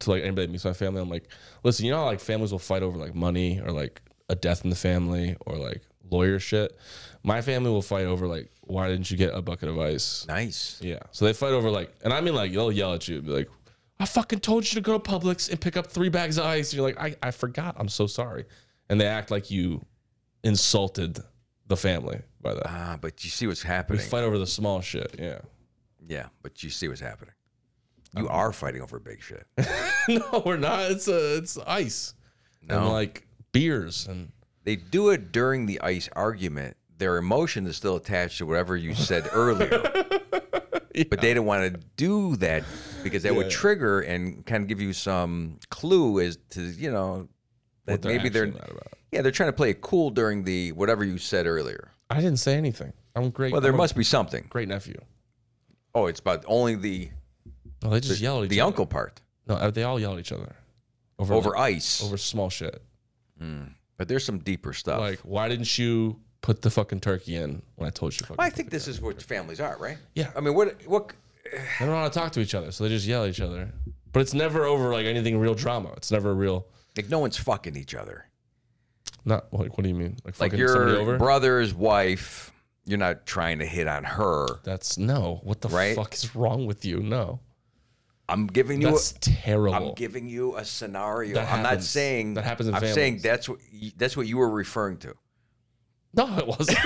Speaker 1: to like anybody that meets my family. I'm like, listen, you know how like families will fight over like money or like a death in the family or like lawyer shit. My family will fight over like why didn't you get a bucket of ice?
Speaker 2: Nice.
Speaker 1: Yeah. So they fight over like, and I mean like they'll yell at you, be like, "I fucking told you to go to Publix and pick up three bags of ice." And you're like, "I I forgot. I'm so sorry." And they act like you insulted the family by that.
Speaker 2: Ah, but you see what's
Speaker 1: We
Speaker 2: happening.
Speaker 1: fight over the small shit. Yeah.
Speaker 2: yeah, but you see what's happening. You are fighting over big shit.
Speaker 1: no, we're not. It's uh it's ice and
Speaker 2: No,
Speaker 1: like beers and
Speaker 2: they do it during the ice argument. Their emotion is still attached to whatever you said earlier, but they didn't want to do that because that would trigger and kind of give you some clue as to you know that
Speaker 1: what
Speaker 2: maybe they're
Speaker 1: actually mad about.
Speaker 2: yeah they're trying to play it cool during the whatever you said earlier.
Speaker 1: I didn't say anything. I'm great.
Speaker 2: Well, there
Speaker 1: I'm a
Speaker 2: must be something.
Speaker 1: great nephew.
Speaker 2: Oh, it's about only the
Speaker 1: No, they just yell at each
Speaker 2: the
Speaker 1: other.
Speaker 2: uncle part
Speaker 1: No, uh, they all yell at each other over
Speaker 2: over
Speaker 1: like,
Speaker 2: ice,
Speaker 1: over small shit.
Speaker 2: but there's some deeper stuff.
Speaker 1: Like, why didn't you put the fucking turkey in when I told you? to Fucking
Speaker 2: Well, I think this is what families are, right?
Speaker 1: Yeah.
Speaker 2: I mean, what what
Speaker 1: They don't know how to talk to each other, so they just yell at each other. But it's never over like anything real drama. It's never real.
Speaker 2: like no one's fucking each other.
Speaker 1: Not like what do you mean? Like
Speaker 2: Like
Speaker 1: fucking somebody
Speaker 2: your
Speaker 1: over?
Speaker 2: brother's wife, you're not trying to hit on her.
Speaker 1: That's no. What the
Speaker 2: Right?
Speaker 1: fuck is wrong with you? No,
Speaker 2: I'm giving you
Speaker 1: that's
Speaker 2: a,
Speaker 1: terrible.
Speaker 2: I'm giving you a scenario.
Speaker 1: That
Speaker 2: I'm not
Speaker 1: happens.
Speaker 2: saying
Speaker 1: That happens in
Speaker 2: I'm saying
Speaker 1: families.
Speaker 2: that's what you, that's what you were referring to.
Speaker 1: no, it wasn't.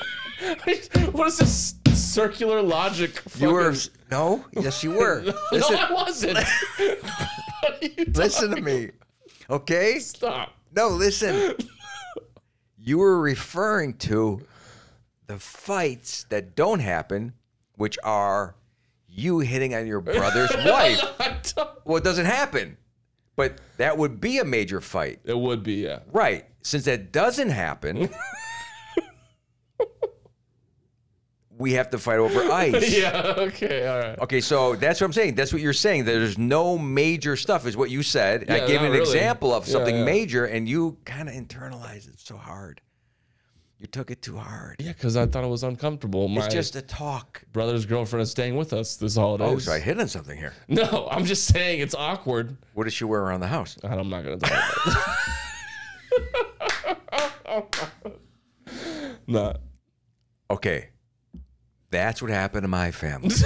Speaker 1: what is this circular logic?
Speaker 2: You were
Speaker 1: fucking-
Speaker 2: no, yes, you were.
Speaker 1: No,
Speaker 2: listen,
Speaker 1: I wasn't. What are you
Speaker 2: listen
Speaker 1: talking-
Speaker 2: to me, okay?
Speaker 1: Stop.
Speaker 2: No, listen. you were referring to the fights that don't happen, which are you hitting on your brother's wife.
Speaker 1: I don't-
Speaker 2: Well, it doesn't happen, but that would be a major fight.
Speaker 1: It would be yeah.
Speaker 2: Right. Since that doesn't happen, we have to fight over ice.
Speaker 1: Yeah. Okay. All right.
Speaker 2: Okay, so that's what I'm saying. That's what you're saying. There's no major stuff, is what you said. And
Speaker 1: Yeah,
Speaker 2: I gave
Speaker 1: not
Speaker 2: an
Speaker 1: really.
Speaker 2: example of
Speaker 1: Yeah,
Speaker 2: something
Speaker 1: yeah.
Speaker 2: major, and you kind of internalized it so hard. You took it too hard.
Speaker 1: Yeah, because I thought it was uncomfortable. My
Speaker 2: It's just a talk.
Speaker 1: brother's girlfriend is staying with us this holiday.
Speaker 2: Oh, so I hit on something here.
Speaker 1: No, I'm just saying it's awkward.
Speaker 2: What does she wear around the house?
Speaker 1: And I'm not gonna talk about it. nah.
Speaker 2: Okay, that's what happened to my family.
Speaker 1: These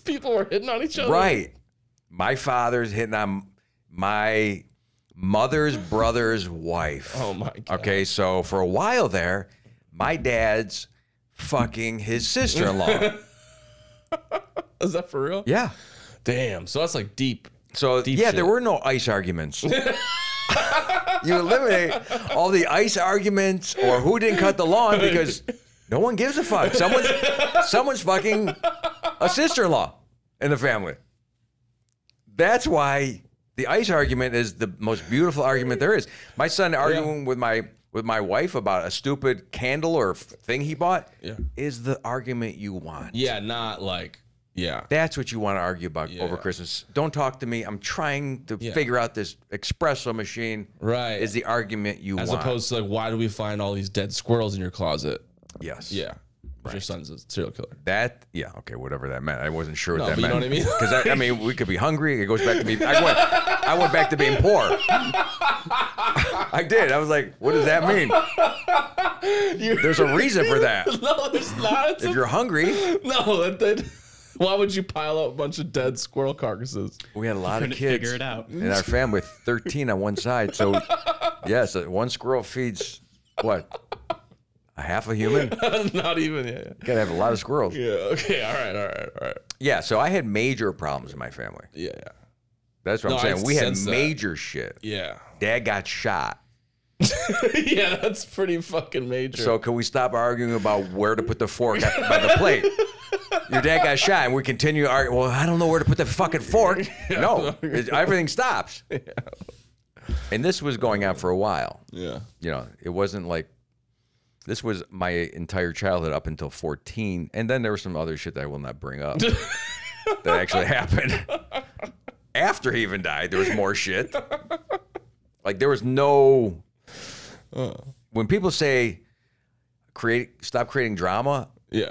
Speaker 1: people were hitting on each other.
Speaker 2: Right. My father's hitting on my mother's brother's wife.
Speaker 1: Oh my god.
Speaker 2: Okay, so for a while there, my dad's fucking his sister in law.
Speaker 1: Is that for real?
Speaker 2: yeah.
Speaker 1: Damn. So that's like deep.
Speaker 2: So yeah, there
Speaker 1: shit.
Speaker 2: were no ice arguments. you eliminate all the ice arguments or who didn't cut the lawn because no one gives a fuck. Someone's someone's fucking a sister-in-law in the family. That's why the ice argument is the most beautiful argument there is. My son arguing with my with my wife about a stupid candle or f- thing he bought
Speaker 1: Yeah.
Speaker 2: is the argument you want.
Speaker 1: Yeah, not like Yeah.
Speaker 2: That's what you want to argue about
Speaker 1: Yeah.
Speaker 2: over Christmas. Don't talk to me. I'm trying to
Speaker 1: Yeah.
Speaker 2: figure out this espresso machine.
Speaker 1: Right.
Speaker 2: Is the argument you
Speaker 1: As
Speaker 2: want?
Speaker 1: opposed to like, why do we find all these dead squirrels in your closet?
Speaker 2: yes.
Speaker 1: Yeah. If Your son's a serial killer.
Speaker 2: That yeah okay whatever that meant I wasn't sure what
Speaker 1: No,
Speaker 2: that
Speaker 1: but you
Speaker 2: meant
Speaker 1: know what I mean?
Speaker 2: because I, I mean we could be hungry it goes back to me I went I went back to being poor I did I was like what does that mean there's a reason for that
Speaker 1: No, there's not.
Speaker 2: if you're hungry
Speaker 1: no, it, it, why would you pile up a bunch of dead squirrel carcasses?
Speaker 2: we had a lot of
Speaker 3: Couldn't
Speaker 2: kids
Speaker 3: figure it out.
Speaker 2: in our family with 13 on one side so yes uh, one squirrel feeds what a half a human
Speaker 1: not even. Yeah, yeah.
Speaker 2: gotta have a lot of squirrels
Speaker 1: Yeah. Okay. All right. All right. All right.
Speaker 2: yeah so I had major problems in my family
Speaker 1: Yeah. Yeah.
Speaker 2: that's what
Speaker 1: No,
Speaker 2: I'm
Speaker 1: I
Speaker 2: saying we had
Speaker 1: sense that.
Speaker 2: major shit
Speaker 1: Yeah.
Speaker 2: dad got shot.
Speaker 1: yeah, that's pretty fucking major.
Speaker 2: So can we stop arguing about where to put the fork at- by the plate? Your dad got shot, and we continue arguing. Well, I don't know where to put the fucking fork. No, it- everything stops. And this was going on for a while.
Speaker 1: yeah.
Speaker 2: You know, it wasn't like this was my entire childhood up until 14, and then there was some other shit that I will not bring up that actually happened. After he even died, there was more shit. Like there was no
Speaker 1: uh,
Speaker 2: when people say create stop creating drama
Speaker 1: Yeah.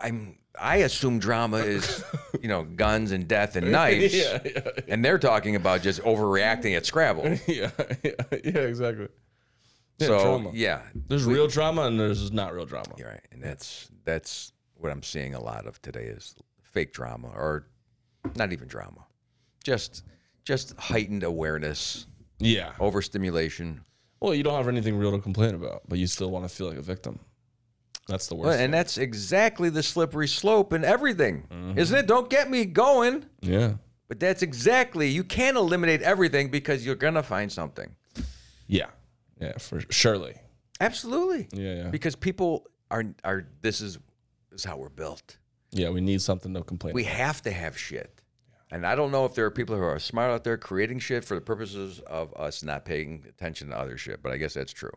Speaker 2: i'm i assume drama is you know guns and death and knives
Speaker 1: Yeah. Yeah.
Speaker 2: and they're talking about just overreacting at scrabble
Speaker 1: Yeah. Yeah. Yeah. Exactly. Yeah,
Speaker 2: so
Speaker 1: drama.
Speaker 2: yeah
Speaker 1: There's real drama and there's not real drama.
Speaker 2: you're right and that's that's what i'm seeing a lot of today is fake drama or not even drama just just heightened awareness
Speaker 1: Yeah.
Speaker 2: overstimulation
Speaker 1: Well, you don't have anything real to complain about, but you still want to feel like a victim. That's the worst.
Speaker 2: Well, and that's exactly the slippery slope in everything isn't it don't get me going
Speaker 1: thing. yeah.
Speaker 2: But that's exactly you can't eliminate everything because you're gonna find something.
Speaker 1: Yeah. Yeah. For surely.
Speaker 2: Absolutely.
Speaker 1: Yeah. Yeah.
Speaker 2: Because people are are this is this is how we're built.
Speaker 1: yeah. We need something to complain.
Speaker 2: We have to have shit. And I don't know if there are people who are smart out there creating shit for the purposes of us not paying attention to other shit, but I guess that's true.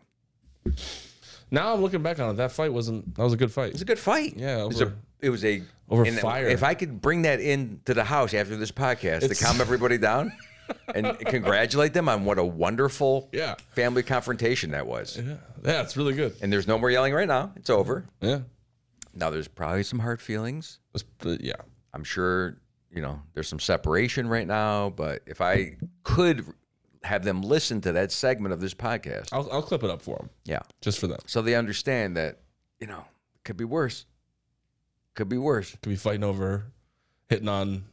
Speaker 1: now I'm looking back on it. That fight wasn't. That was a good
Speaker 2: It
Speaker 1: fight.
Speaker 2: was a good fight.
Speaker 1: Yeah,
Speaker 2: It was a,
Speaker 1: over-
Speaker 2: it was a
Speaker 1: over
Speaker 2: and
Speaker 1: fire.
Speaker 2: If I could bring that into the house after this podcast
Speaker 1: It's-
Speaker 2: to calm everybody down and congratulate them on what a wonderful
Speaker 1: Yeah. Uh-huh.
Speaker 2: family confrontation that was.
Speaker 1: Yeah. Yeah. It's really good.
Speaker 2: And there's no more yelling right now. It's over.
Speaker 1: Yeah.
Speaker 2: Now there's probably some hard feelings.
Speaker 1: It's, uh, yeah.
Speaker 2: I'm sure, you know, there's some separation right now, but if I could have them listen to that segment of this podcast.
Speaker 1: I'll, I'll clip it up for him
Speaker 2: Yeah.
Speaker 1: just for that.
Speaker 2: So they understand that, you know, it could be worse. Could be worse.
Speaker 1: Could be fighting over, hitting on,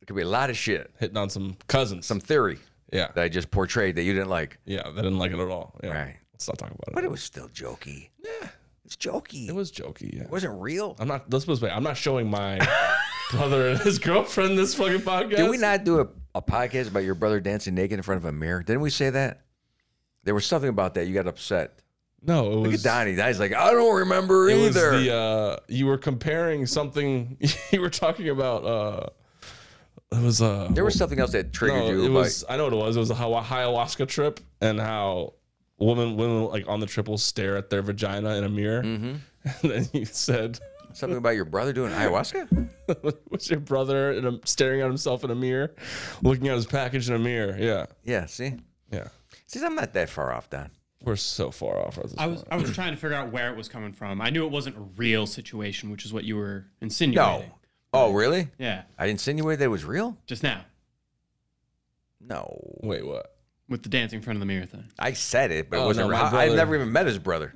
Speaker 2: It could be a lot of shit.
Speaker 1: hitting on some cousins.
Speaker 2: Some theory
Speaker 1: yeah.
Speaker 2: that I just portrayed that you didn't like.
Speaker 1: Yeah, they didn't like it at all. Yeah.
Speaker 2: Right.
Speaker 1: Let's not talk about
Speaker 2: But
Speaker 1: it.
Speaker 2: it was still jokey. Yeah. It's jokey.
Speaker 1: It
Speaker 2: It,
Speaker 1: was jokey. Yeah.
Speaker 2: was, Uh, not real.
Speaker 1: I'm not. Let's put it this way. I'm not showing my brother and his girlfriend this fucking podcast.
Speaker 2: Did we not do a, a podcast about your brother dancing naked in front of a mirror? Didn't we say that? There was something about that. You got upset.
Speaker 1: No, it
Speaker 2: Look at
Speaker 1: was.
Speaker 2: Donnie. Donnie's like, I don't remember
Speaker 1: It was
Speaker 2: either.
Speaker 1: the. Uh, you were comparing something. You were talking about. Uh, it was. Uh,
Speaker 2: there was something else that triggered
Speaker 1: no,
Speaker 2: you.
Speaker 1: it
Speaker 2: about-
Speaker 1: was. I know what it was. It was a hawa- ayahuasca trip and how women women like on the trip will stare at their vagina in a mirror. And then you said.
Speaker 2: something about your brother doing ayahuasca.
Speaker 1: was your brother in a, staring at himself in a mirror, looking at his package in a mirror. Yeah,
Speaker 2: Yeah, see,
Speaker 1: yeah.
Speaker 2: see, I'm not that far off, Don.
Speaker 1: We're so far off.
Speaker 3: I was I was trying to figure out where it was coming from. I knew it wasn't a real situation, which is what you were
Speaker 2: No.
Speaker 3: insinuating.
Speaker 2: Oh, really?
Speaker 3: Yeah,
Speaker 2: I insinuated that it was real.
Speaker 3: just now
Speaker 2: No,
Speaker 1: Wait, what?
Speaker 3: with the dancing in front of the mirror thing.
Speaker 2: I said it, but
Speaker 1: Oh,
Speaker 2: it wasn't.
Speaker 1: no,
Speaker 2: real.
Speaker 1: my
Speaker 2: I- I've
Speaker 1: brother-
Speaker 2: never even met his brother,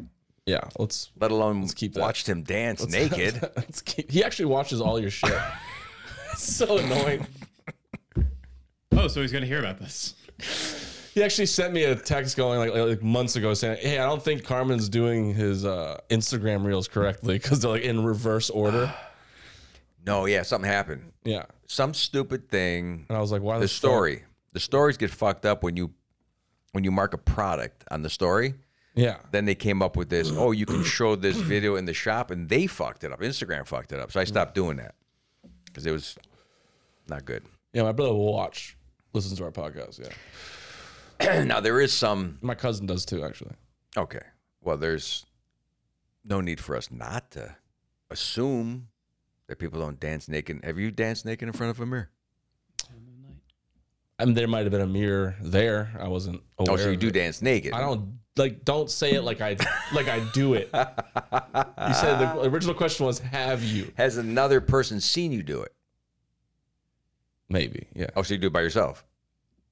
Speaker 1: Yeah, let's
Speaker 2: let alone
Speaker 1: keep that.
Speaker 2: watched him dance naked.
Speaker 1: let's keep, he actually watches all your shit. It's so annoying.
Speaker 3: Oh, so he's gonna hear about this.
Speaker 1: He actually sent me a text going like, like months ago saying, "Hey, I don't think Carmen's doing his uh, Instagram reels correctly because they're like in reverse order."
Speaker 2: no, yeah, something happened.
Speaker 1: Yeah,
Speaker 2: Some stupid thing.
Speaker 1: and I was like, "Why
Speaker 2: the
Speaker 1: fuck-
Speaker 2: story. The stories get fucked up when you when you mark a product on the story.
Speaker 1: Yeah,
Speaker 2: then they came up with this oh you can show this video in the shop and they fucked it up instagram fucked it up so i stopped doing that because it was not good
Speaker 1: yeah. My brother will watch, listens to our podcast. Yeah,
Speaker 2: now there is some
Speaker 1: my cousin does too, actually.
Speaker 2: okay well there's no need for us not to assume that people don't dance naked. Have you danced naked in front of a mirror?
Speaker 1: I mean, there might have been a mirror there. I wasn't aware.
Speaker 2: Oh, so you
Speaker 1: of
Speaker 2: do
Speaker 1: it.
Speaker 2: dance naked.
Speaker 1: I don't like. Don't say it like I like I do it. You said the original question was, "Have you?"
Speaker 2: Has another person seen you do it?
Speaker 1: Maybe, yeah.
Speaker 2: Oh, so you do it by yourself?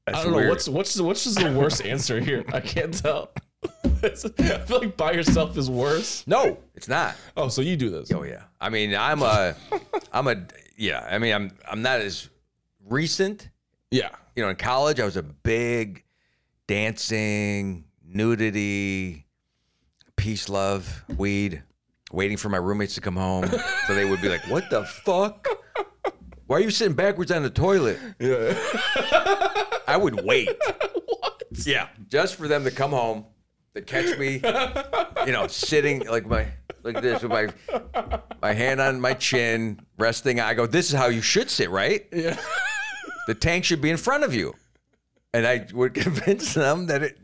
Speaker 2: That's
Speaker 1: I don't
Speaker 2: weird.
Speaker 1: know what's what's the- what's just the worst answer here. I can't tell. It's- I feel like by yourself is worse.
Speaker 2: no, it's not.
Speaker 1: Oh, so you do this?
Speaker 2: Oh yeah. I mean, I'm a, I'm a, yeah. I mean, I'm I'm not as recent.
Speaker 1: Yeah.
Speaker 2: You know, in college, I was a big dancing, nudity, peace, love, weed. Waiting for my roommates to come home, so they would be like, "What the fuck? Why are you sitting backwards on the toilet?" Yeah. I would wait. Yeah, just for them to come home, to catch me, you know, sitting like my like this with my my hand on my chin, resting. I go, this is how you should sit, right? Yeah. The tank should be in front of you, and I would convince them that it.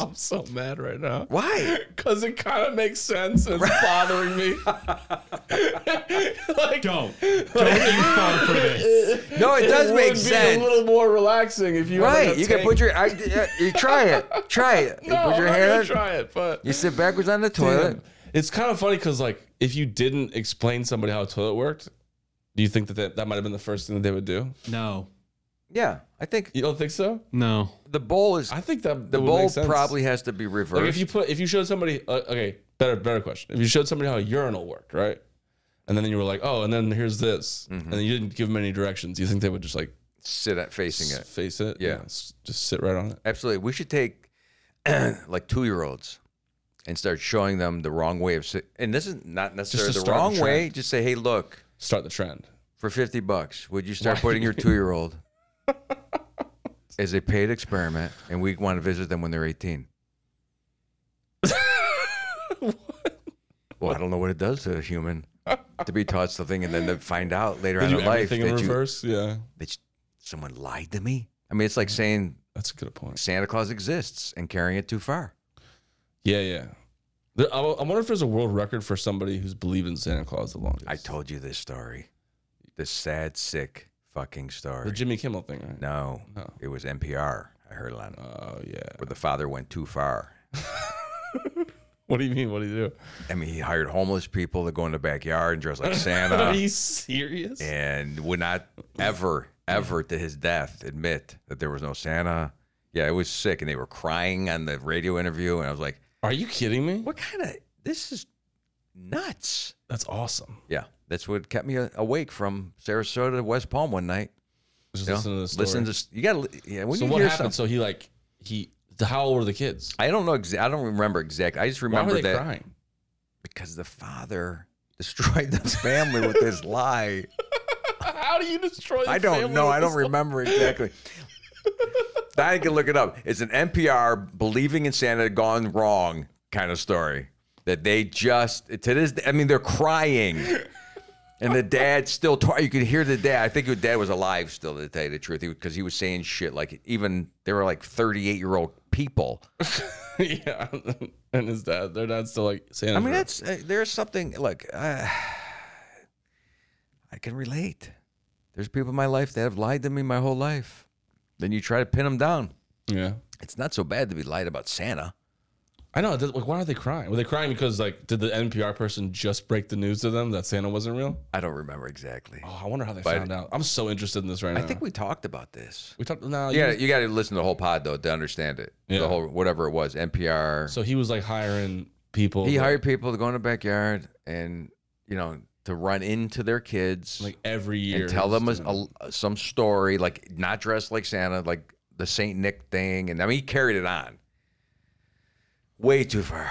Speaker 1: I'm so mad right now.
Speaker 2: Why?
Speaker 1: Because it kind of makes sense and it's bothering me. like,
Speaker 3: Don't. Don't you fall for this.
Speaker 2: No, it does
Speaker 1: would
Speaker 2: make
Speaker 1: be
Speaker 2: sense.
Speaker 1: a little more relaxing if you
Speaker 2: right. You can put your. I, yeah, you try it. Try it. You
Speaker 1: no,
Speaker 2: put your
Speaker 1: I'm not gonna
Speaker 2: hand. on-
Speaker 1: try it, but
Speaker 2: You sit backwards on the toilet.
Speaker 1: it's kind of funny because like if you didn't explain to somebody how a toilet worked, do you think that that, that might have been the first thing that they would do?
Speaker 3: No.
Speaker 2: Yeah, I think
Speaker 1: You don't think so?
Speaker 3: No.
Speaker 2: the bowl is.
Speaker 1: I think that
Speaker 2: the
Speaker 1: would
Speaker 2: bowl
Speaker 1: make sense.
Speaker 2: probably has to be reversed.
Speaker 1: Like if you put if you showed somebody uh, okay better better question if you showed somebody how a urinal worked right and then you were like oh and then here's this and then you didn't give them any directions you think they would just like
Speaker 2: sit at facing
Speaker 1: s-
Speaker 2: it.
Speaker 1: face it
Speaker 2: Yeah.
Speaker 1: s- just sit right on it
Speaker 2: Absolutely. We should take like two year olds and start showing them the wrong way of sit. And this is not necessarily the
Speaker 1: start a
Speaker 2: wrong
Speaker 1: trend.
Speaker 2: way. Just say, hey, look,
Speaker 1: start the trend
Speaker 2: for 50 bucks, would you start putting your two year old as a paid experiment? And we want to visit them when they're 18. Well, I don't know what it does to a human to be taught something and then to find out later
Speaker 1: Did
Speaker 2: on
Speaker 1: you
Speaker 2: in life
Speaker 1: everything in
Speaker 2: that, you,
Speaker 1: reverse yeah
Speaker 2: that you- someone lied to me. I mean, it's like saying
Speaker 1: that's a good point
Speaker 2: Santa Claus exists and carrying it too far.
Speaker 1: yeah yeah There- I wa- I wonder if there's a world record for somebody who's believed in Santa Claus the longest.
Speaker 2: I told you this story. This sad, sick fucking story.
Speaker 1: the Jimmy Kimmel thing, right?
Speaker 2: no,
Speaker 1: No.
Speaker 2: it was NPR. I heard it on
Speaker 1: Oh yeah.
Speaker 2: where the father went too far.
Speaker 1: What do you mean? What do you do?
Speaker 2: I mean, he hired homeless people to go in the backyard and dress like
Speaker 1: Are
Speaker 2: Santa
Speaker 1: you serious?
Speaker 2: and would not ever, ever to his death admit that there was no Santa. Yeah, it was sick. And they were crying on the radio interview. And I was like,
Speaker 1: Are you kidding me?
Speaker 2: what kind of, this is nuts.
Speaker 1: That's awesome.
Speaker 2: Yeah, that's what kept me a- awake from Sarasota to West Palm one night.
Speaker 1: Just
Speaker 2: You know?
Speaker 1: listen to this.
Speaker 2: Listen to s- you got to yeah. When
Speaker 1: so
Speaker 2: you
Speaker 1: what
Speaker 2: hear
Speaker 1: happened?
Speaker 2: something-
Speaker 1: So he like he. How old were the kids?
Speaker 2: I don't know. Exa- I don't remember exactly. I just
Speaker 1: Why
Speaker 2: remember
Speaker 1: were they
Speaker 2: that
Speaker 1: crying?
Speaker 2: because the father destroyed this family with this lie.
Speaker 1: How do you destroy?
Speaker 2: I don't know. I don't remember exactly. I can look it up. It's an NPR believing in Santa gone wrong kind of story that they just to this. I mean, they're crying. And the dad still, tar- you could hear the dad. I think the dad was alive still, to tell you the truth, because he, was saying shit like even there were like 38 year old people.
Speaker 1: yeah, and his dad, their dad's still like saying.
Speaker 2: I mean, that's uh, there's something. Look, uh, I can relate. There's people in my life that have lied to me my whole life. Then you try to pin them down.
Speaker 1: yeah.
Speaker 2: It's not so bad to be lied about Santa.
Speaker 1: I know. Like, why are they crying? Were they crying because like, did the NPR person just break the news to them that Santa wasn't real?
Speaker 2: I don't remember exactly.
Speaker 1: Oh, I wonder how they
Speaker 2: But-
Speaker 1: found out. I'm so interested in this right now.
Speaker 2: I think we talked about this.
Speaker 1: we talked. No,
Speaker 2: Yeah,
Speaker 1: yeah.
Speaker 2: you got to listen to the whole pod though to understand it.
Speaker 1: Yeah.
Speaker 2: The whole whatever it was, NPR.
Speaker 1: So he was like hiring people.
Speaker 2: he
Speaker 1: like-
Speaker 2: hired people to go in the backyard and you know to run into their kids.
Speaker 1: like every year
Speaker 2: and tell them
Speaker 1: Just
Speaker 2: a, a- some story, like not dressed like Santa, like the Saint Nick thing, and I mean he carried it on way too far.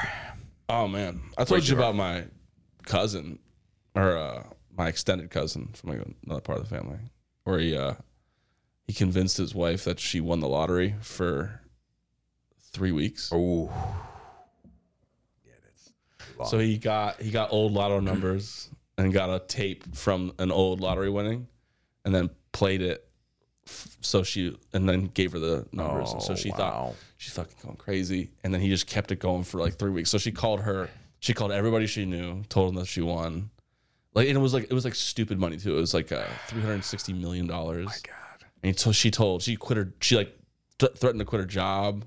Speaker 1: Oh man, I told you about my cousin or uh, my extended cousin from like another part of the family, where he uh, he convinced his wife that she won the lottery for three weeks.
Speaker 2: Oh,
Speaker 1: So he got he got old lotto numbers and got a tape from an old lottery winning, and then played it. f- So she and then gave her the numbers, and Oh,
Speaker 2: Oh,
Speaker 1: so she thought
Speaker 2: wow.
Speaker 1: she's fucking going crazy. And then he just kept it going for like three weeks. So she called her, she called everybody she knew, told them that she won. Like and it was like it was like stupid money too. It was like uh, three hundred sixty million dollars.
Speaker 2: My God.
Speaker 1: And so she told she quit her she like th- threatened to quit her job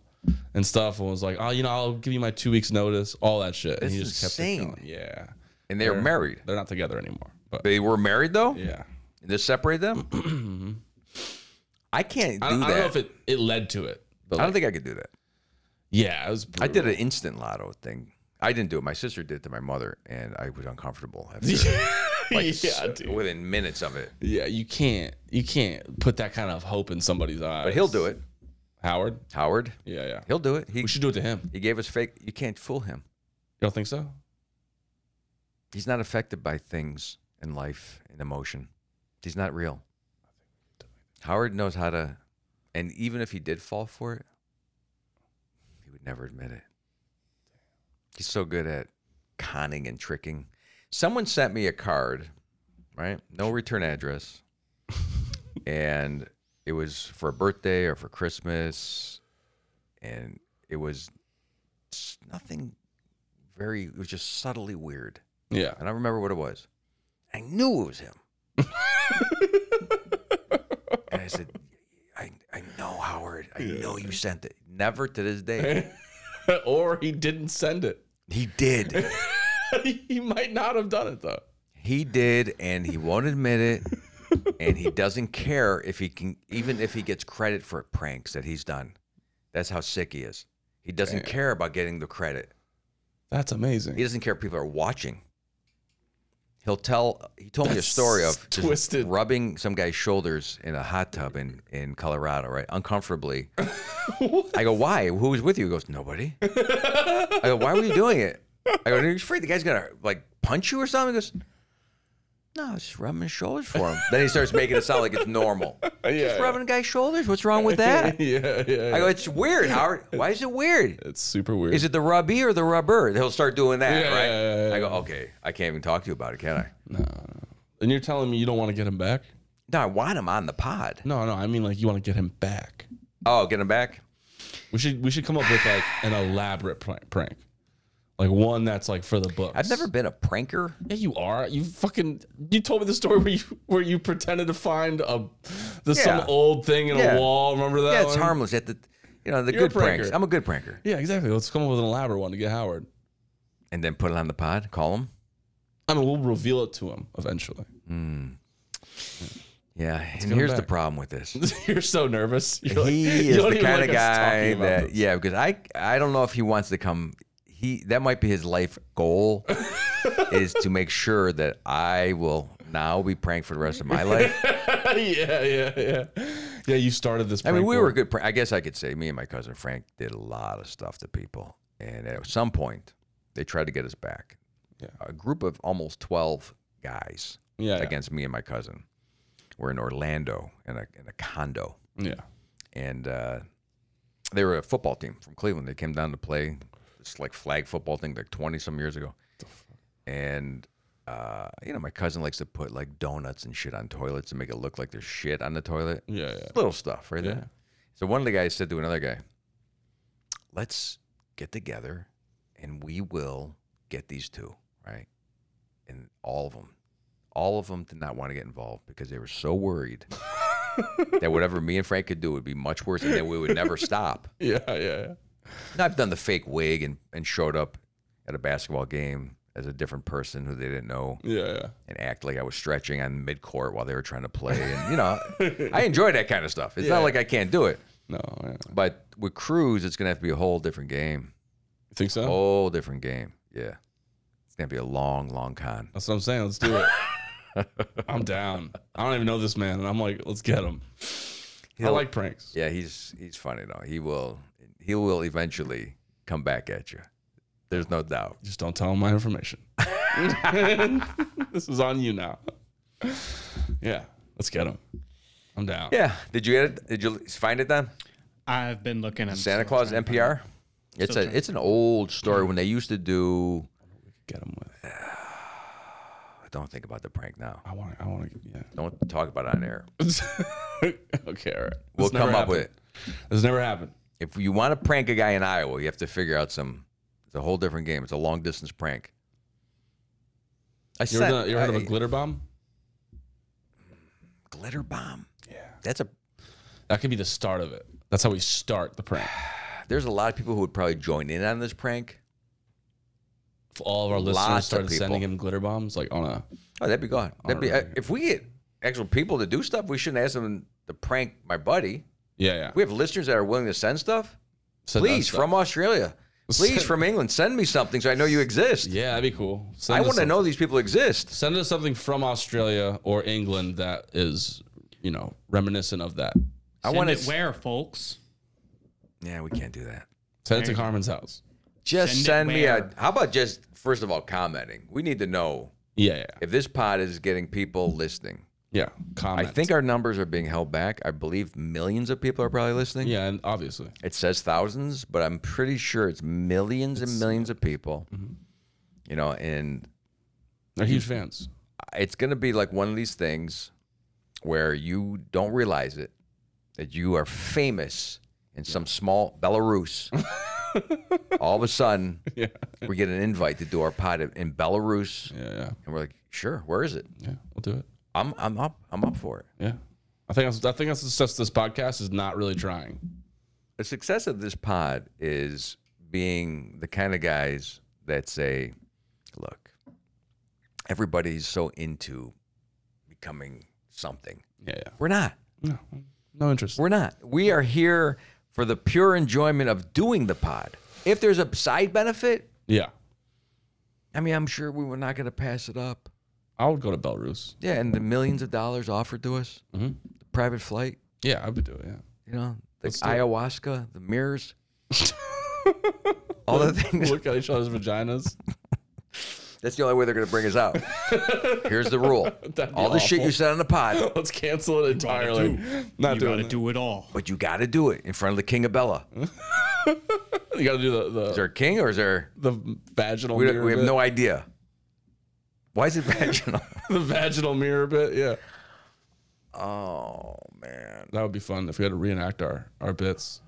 Speaker 1: and stuff and was like, oh, you know, I'll give you my two weeks notice, all that shit. and
Speaker 2: That's insane.
Speaker 1: kept it going. Yeah,
Speaker 2: And they were
Speaker 1: They're-
Speaker 2: married.
Speaker 1: they're not together anymore. But
Speaker 2: They were married though.
Speaker 1: yeah, Mm-hmm.
Speaker 2: They separate them. I can't do
Speaker 1: I don't,
Speaker 2: that.
Speaker 1: I don't know if it it led to it. But
Speaker 2: I don't
Speaker 1: like,
Speaker 2: think I could do that.
Speaker 1: yeah, it was.
Speaker 2: I did
Speaker 1: brutal.
Speaker 2: an instant lotto thing. I didn't do it. My sister did it to my mother, and I was uncomfortable after like,
Speaker 1: yeah,
Speaker 2: s-
Speaker 1: dude.
Speaker 2: within minutes of it.
Speaker 1: Yeah, you can't you can't put that kind of hope in somebody's eyes.
Speaker 2: But he'll do it.
Speaker 1: Howard.
Speaker 2: Howard,
Speaker 1: Yeah, yeah.
Speaker 2: he'll do it. He
Speaker 1: we should do it to him.
Speaker 2: he gave us fake. You can't fool him.
Speaker 1: You don't think so?
Speaker 2: He's not affected by things in life and emotion. He's not real. Howard knows how to, and even if he did fall for it, he would never admit it. He's so good at conning and tricking. Someone sent me a card, right? No return address. and it was for a birthday or for Christmas. And it was s- nothing very, it was just subtly weird.
Speaker 1: Yeah.
Speaker 2: And I remember what it was. I knew it was him. and I said, I, I know, Howard. I know you sent it. Never to this day.
Speaker 1: or he didn't send it.
Speaker 2: he did.
Speaker 1: he might not have done it though.
Speaker 2: He did, and he won't admit it. And he doesn't care if he can, even if he gets credit for pranks that he's done. That's how sick he is. He doesn't care about getting the credit.
Speaker 1: That's amazing.
Speaker 2: He doesn't care if people are watching. He'll tell. He told me a
Speaker 1: That's
Speaker 2: story of just
Speaker 1: twisted.
Speaker 2: rubbing some guy's shoulders in a hot tub in in Colorado, right, uncomfortably. I go, why? Who was with you? He goes, nobody. I go, why were you doing it? I go, are you afraid the guy's gonna like punch you or something? He goes, no, I was just rubbing his shoulders for him. then he starts making it sound like it's normal. just
Speaker 1: yeah.
Speaker 2: rubbing a guy's shoulders. What's wrong with that?
Speaker 1: yeah, yeah,
Speaker 2: I
Speaker 1: yeah.
Speaker 2: go, it's weird, Howard. Why is it weird?
Speaker 1: It's super weird.
Speaker 2: Is it the rubbie or the rubber? He'll start doing that,
Speaker 1: Yeah,
Speaker 2: right?
Speaker 1: yeah, yeah, yeah.
Speaker 2: I go, okay, I can't even talk to you about it, can I?
Speaker 1: and you're telling me you don't want to get him back?
Speaker 2: No, I want him on the pod.
Speaker 1: No, no. I mean, like you want to get him back.
Speaker 2: Oh, get him back.
Speaker 1: We should we should come up with like an elaborate prank, prank. like one that's like for the books.
Speaker 2: I've never been a pranker.
Speaker 1: Yeah, you are. You fucking. You told me the story where you where you pretended to find a the, some
Speaker 2: Yeah.
Speaker 1: old thing in
Speaker 2: Yeah.
Speaker 1: a wall. Remember that?
Speaker 2: Yeah, it's
Speaker 1: one?
Speaker 2: harmless. At the, you know, the
Speaker 1: You're a
Speaker 2: good pranks.
Speaker 1: pranker.
Speaker 2: I'm a good pranker.
Speaker 1: Yeah, exactly. Let's come up with an elaborate one to get Howard.
Speaker 2: And then put it on the pod. Call him.
Speaker 1: I mean, we'll reveal it to him eventually.
Speaker 2: Yeah. and
Speaker 1: get him
Speaker 2: here's the
Speaker 1: back.
Speaker 2: problem with this.
Speaker 1: You're so nervous. You're like-
Speaker 2: he
Speaker 1: you
Speaker 2: is
Speaker 1: don't
Speaker 2: the
Speaker 1: even
Speaker 2: kind
Speaker 1: like
Speaker 2: of
Speaker 1: us talking
Speaker 2: guy
Speaker 1: about
Speaker 2: that
Speaker 1: this.
Speaker 2: yeah because i i don't know if he wants to come he that might be his life goal is to make sure that i will now be pranked for the rest of my life
Speaker 1: yeah, yeah, yeah. Yeah, you started this.
Speaker 2: I mean,
Speaker 1: prank
Speaker 2: we were
Speaker 1: war.
Speaker 2: good. Pr- I guess I could say me and my cousin Frank did a lot of stuff to people, and at some point, they tried to get us back.
Speaker 1: Yeah.
Speaker 2: A group of almost twelve guys
Speaker 1: Yeah, yeah.
Speaker 2: against me and my cousin. We're in Orlando in a in a condo,
Speaker 1: Yeah,
Speaker 2: and uh, they were a football team from Cleveland. They came down to play this like flag football thing like twenty some years ago, and. Uh, you know, my cousin likes to put like donuts and shit on toilets and make it look like there's shit on the toilet
Speaker 1: yeah, yeah.
Speaker 2: little stuff right
Speaker 1: Yeah.
Speaker 2: there. So one of the guys said to another guy, "Let's get together, and we will get these two right." And all of them, all of them did not want to get involved because they were so worried that whatever me and Frank could do would be much worse, and that we would never stop.
Speaker 1: Yeah, yeah, yeah.
Speaker 2: Now, I've done the fake wig and and showed up at a basketball game as a different person who they didn't know
Speaker 1: Yeah, yeah.
Speaker 2: and act like I was stretching on mid court while they were trying to play. And you know, I enjoy that kind of stuff. It's not like I can't do it.
Speaker 1: No, yeah.
Speaker 2: But with Cruz, it's gonna have to be a whole different game.
Speaker 1: You think so?
Speaker 2: Whole different game. Yeah. It's gonna be a long, long con.
Speaker 1: That's what I'm saying. Let's do it. I'm down. I don't even know this man, and I'm like, let's get him. I
Speaker 2: He'll-
Speaker 1: like pranks.
Speaker 2: Yeah, he's he's funny though. He will he will eventually come back at you. There's no doubt.
Speaker 1: Just don't tell him my information. this is on you now. Yeah, let's get him. I'm down.
Speaker 2: Yeah. Did you get it? Did you find it then?
Speaker 3: I've been looking at
Speaker 2: Santa Claus NPR? It's a it's an old story when they used to do
Speaker 1: Get him with.
Speaker 2: don't think about the prank now.
Speaker 1: I want. I want to. Yeah.
Speaker 2: Don't talk about it on air.
Speaker 1: okay. All right.
Speaker 2: We'll
Speaker 1: never
Speaker 2: come up with it.
Speaker 1: happened. This never happened.
Speaker 2: If you want to prank a guy in Iowa, you have to figure out some it's a whole different game. It's a long distance prank. I
Speaker 1: You ever,
Speaker 2: sent
Speaker 1: done- you ever heard of
Speaker 2: I-
Speaker 1: a glitter bomb?
Speaker 2: glitter bomb.
Speaker 1: Yeah.
Speaker 2: That's a.
Speaker 1: That could be the start of it. That's how we start the prank.
Speaker 2: There's a lot of people who would probably join in on this prank.
Speaker 1: If all of our listeners
Speaker 2: Lots of
Speaker 1: started
Speaker 2: people.
Speaker 1: sending him glitter bombs, like on a
Speaker 2: Oh, that'd be gone. That'd be
Speaker 1: Alright.
Speaker 2: if we get actual people to do stuff. We shouldn't ask them to prank my buddy.
Speaker 1: yeah, yeah.
Speaker 2: We have listeners that are willing to send stuff.
Speaker 1: Send us
Speaker 2: Please
Speaker 1: stuff.
Speaker 2: from Australia. Please
Speaker 1: Send-
Speaker 2: from England. Send me something so I know you exist.
Speaker 1: yeah, that'd be cool. Send
Speaker 2: I
Speaker 1: us
Speaker 2: want to
Speaker 1: some-
Speaker 2: know these people exist.
Speaker 1: Send us something from Australia or England that is, you know, reminiscent of that.
Speaker 2: I
Speaker 3: Send
Speaker 2: want
Speaker 3: it
Speaker 2: to.
Speaker 3: where, folks.
Speaker 2: Yeah, we can't do that.
Speaker 1: Send it to
Speaker 3: There you go.
Speaker 1: Carmen's house.
Speaker 2: Just
Speaker 3: Send it
Speaker 2: send, me a.
Speaker 3: where?
Speaker 2: How about just first of all commenting? We need to know
Speaker 1: Yeah, yeah,
Speaker 2: if this pod is getting people listening.
Speaker 1: yeah.
Speaker 2: I
Speaker 1: Comment.
Speaker 2: think our numbers are being held back. I believe millions of people are probably listening.
Speaker 1: Yeah, and obviously.
Speaker 2: It says thousands, but I'm pretty sure it's millions and millions of people. You know, and
Speaker 1: They're huge fans.
Speaker 2: it's going to be like one of these things where you don't realize it that you are famous in some small Belarus. All of a sudden,
Speaker 1: Yeah.
Speaker 2: we get an invite to do our pod in- in Belarus,
Speaker 1: Yeah, yeah.
Speaker 2: and we're like, "Sure, where is it?
Speaker 1: Yeah. We'll do it.
Speaker 2: I'm I'm up. I'm up for it."
Speaker 1: Yeah. I think that's I think that's the success of this podcast is not really trying.
Speaker 2: the success of this pod is being the kind of guys that say, look, everybody's so into becoming something.
Speaker 1: Yeah, yeah.
Speaker 2: We're not.
Speaker 1: No, no interest.
Speaker 2: We're not. We are here for the pure enjoyment of doing the pod. If there's a side benefit,
Speaker 1: yeah.
Speaker 2: I mean, I'm sure we were not going to pass it up.
Speaker 1: I would go to Belarus.
Speaker 2: Yeah, and the millions of dollars offered to us,
Speaker 1: Mhm.
Speaker 2: the private flight,
Speaker 1: Yeah, I would do it. Yeah.
Speaker 2: you know, the
Speaker 1: Let's do it.
Speaker 2: ayahuasca, the mirrors, all the things.
Speaker 1: Look at each other's vaginas.
Speaker 2: That's the only way they're going to bring us out. Here's the rule:
Speaker 1: That'd be
Speaker 2: all the shit you
Speaker 1: awful.
Speaker 2: said on the pod,
Speaker 1: Let's cancel it
Speaker 3: Gotta
Speaker 1: entirely.
Speaker 3: do.
Speaker 1: Not
Speaker 3: you
Speaker 1: doing
Speaker 3: gotta
Speaker 1: that.
Speaker 3: do it all.
Speaker 2: but you got to do it in front of the king of Bella.
Speaker 1: Mm.
Speaker 2: Is
Speaker 1: You got to do the the,
Speaker 2: there a king or is there?
Speaker 1: the vaginal.
Speaker 2: We,
Speaker 1: mirror
Speaker 2: we have
Speaker 1: bit.
Speaker 2: no idea. Why is it vaginal?
Speaker 1: the vaginal mirror bit. Yeah,
Speaker 2: oh man!
Speaker 1: that would be fun if we had to reenact our our bits.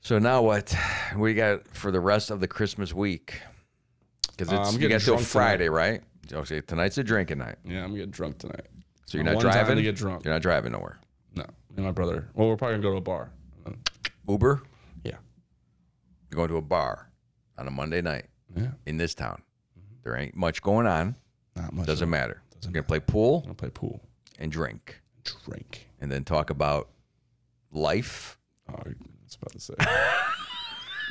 Speaker 2: So now what? We got for the rest of the Christmas week because
Speaker 1: Uh,
Speaker 2: it's
Speaker 1: I'm
Speaker 2: you
Speaker 1: getting
Speaker 2: got till
Speaker 1: drunk
Speaker 2: Friday, right? Okay, tonight's a drinking night,
Speaker 1: Yeah, I'm getting drunk tonight.
Speaker 2: so you're
Speaker 1: My
Speaker 2: not
Speaker 1: one time
Speaker 2: driving.
Speaker 1: to get drunk.
Speaker 2: You're not driving nowhere.
Speaker 1: No, me and my brother. Well, we're probably gonna go to a bar.
Speaker 2: Uber.
Speaker 1: Yeah,
Speaker 2: You're going to a bar on a Monday night
Speaker 1: yeah, Mm-hmm.
Speaker 2: in this town. There ain't much going on.
Speaker 1: not much.
Speaker 2: Doesn't matter. We're gonna play pool
Speaker 1: I'm gonna play pool,
Speaker 2: and drink,
Speaker 1: drink.
Speaker 2: and then talk about life.
Speaker 1: Oh, I was about to say.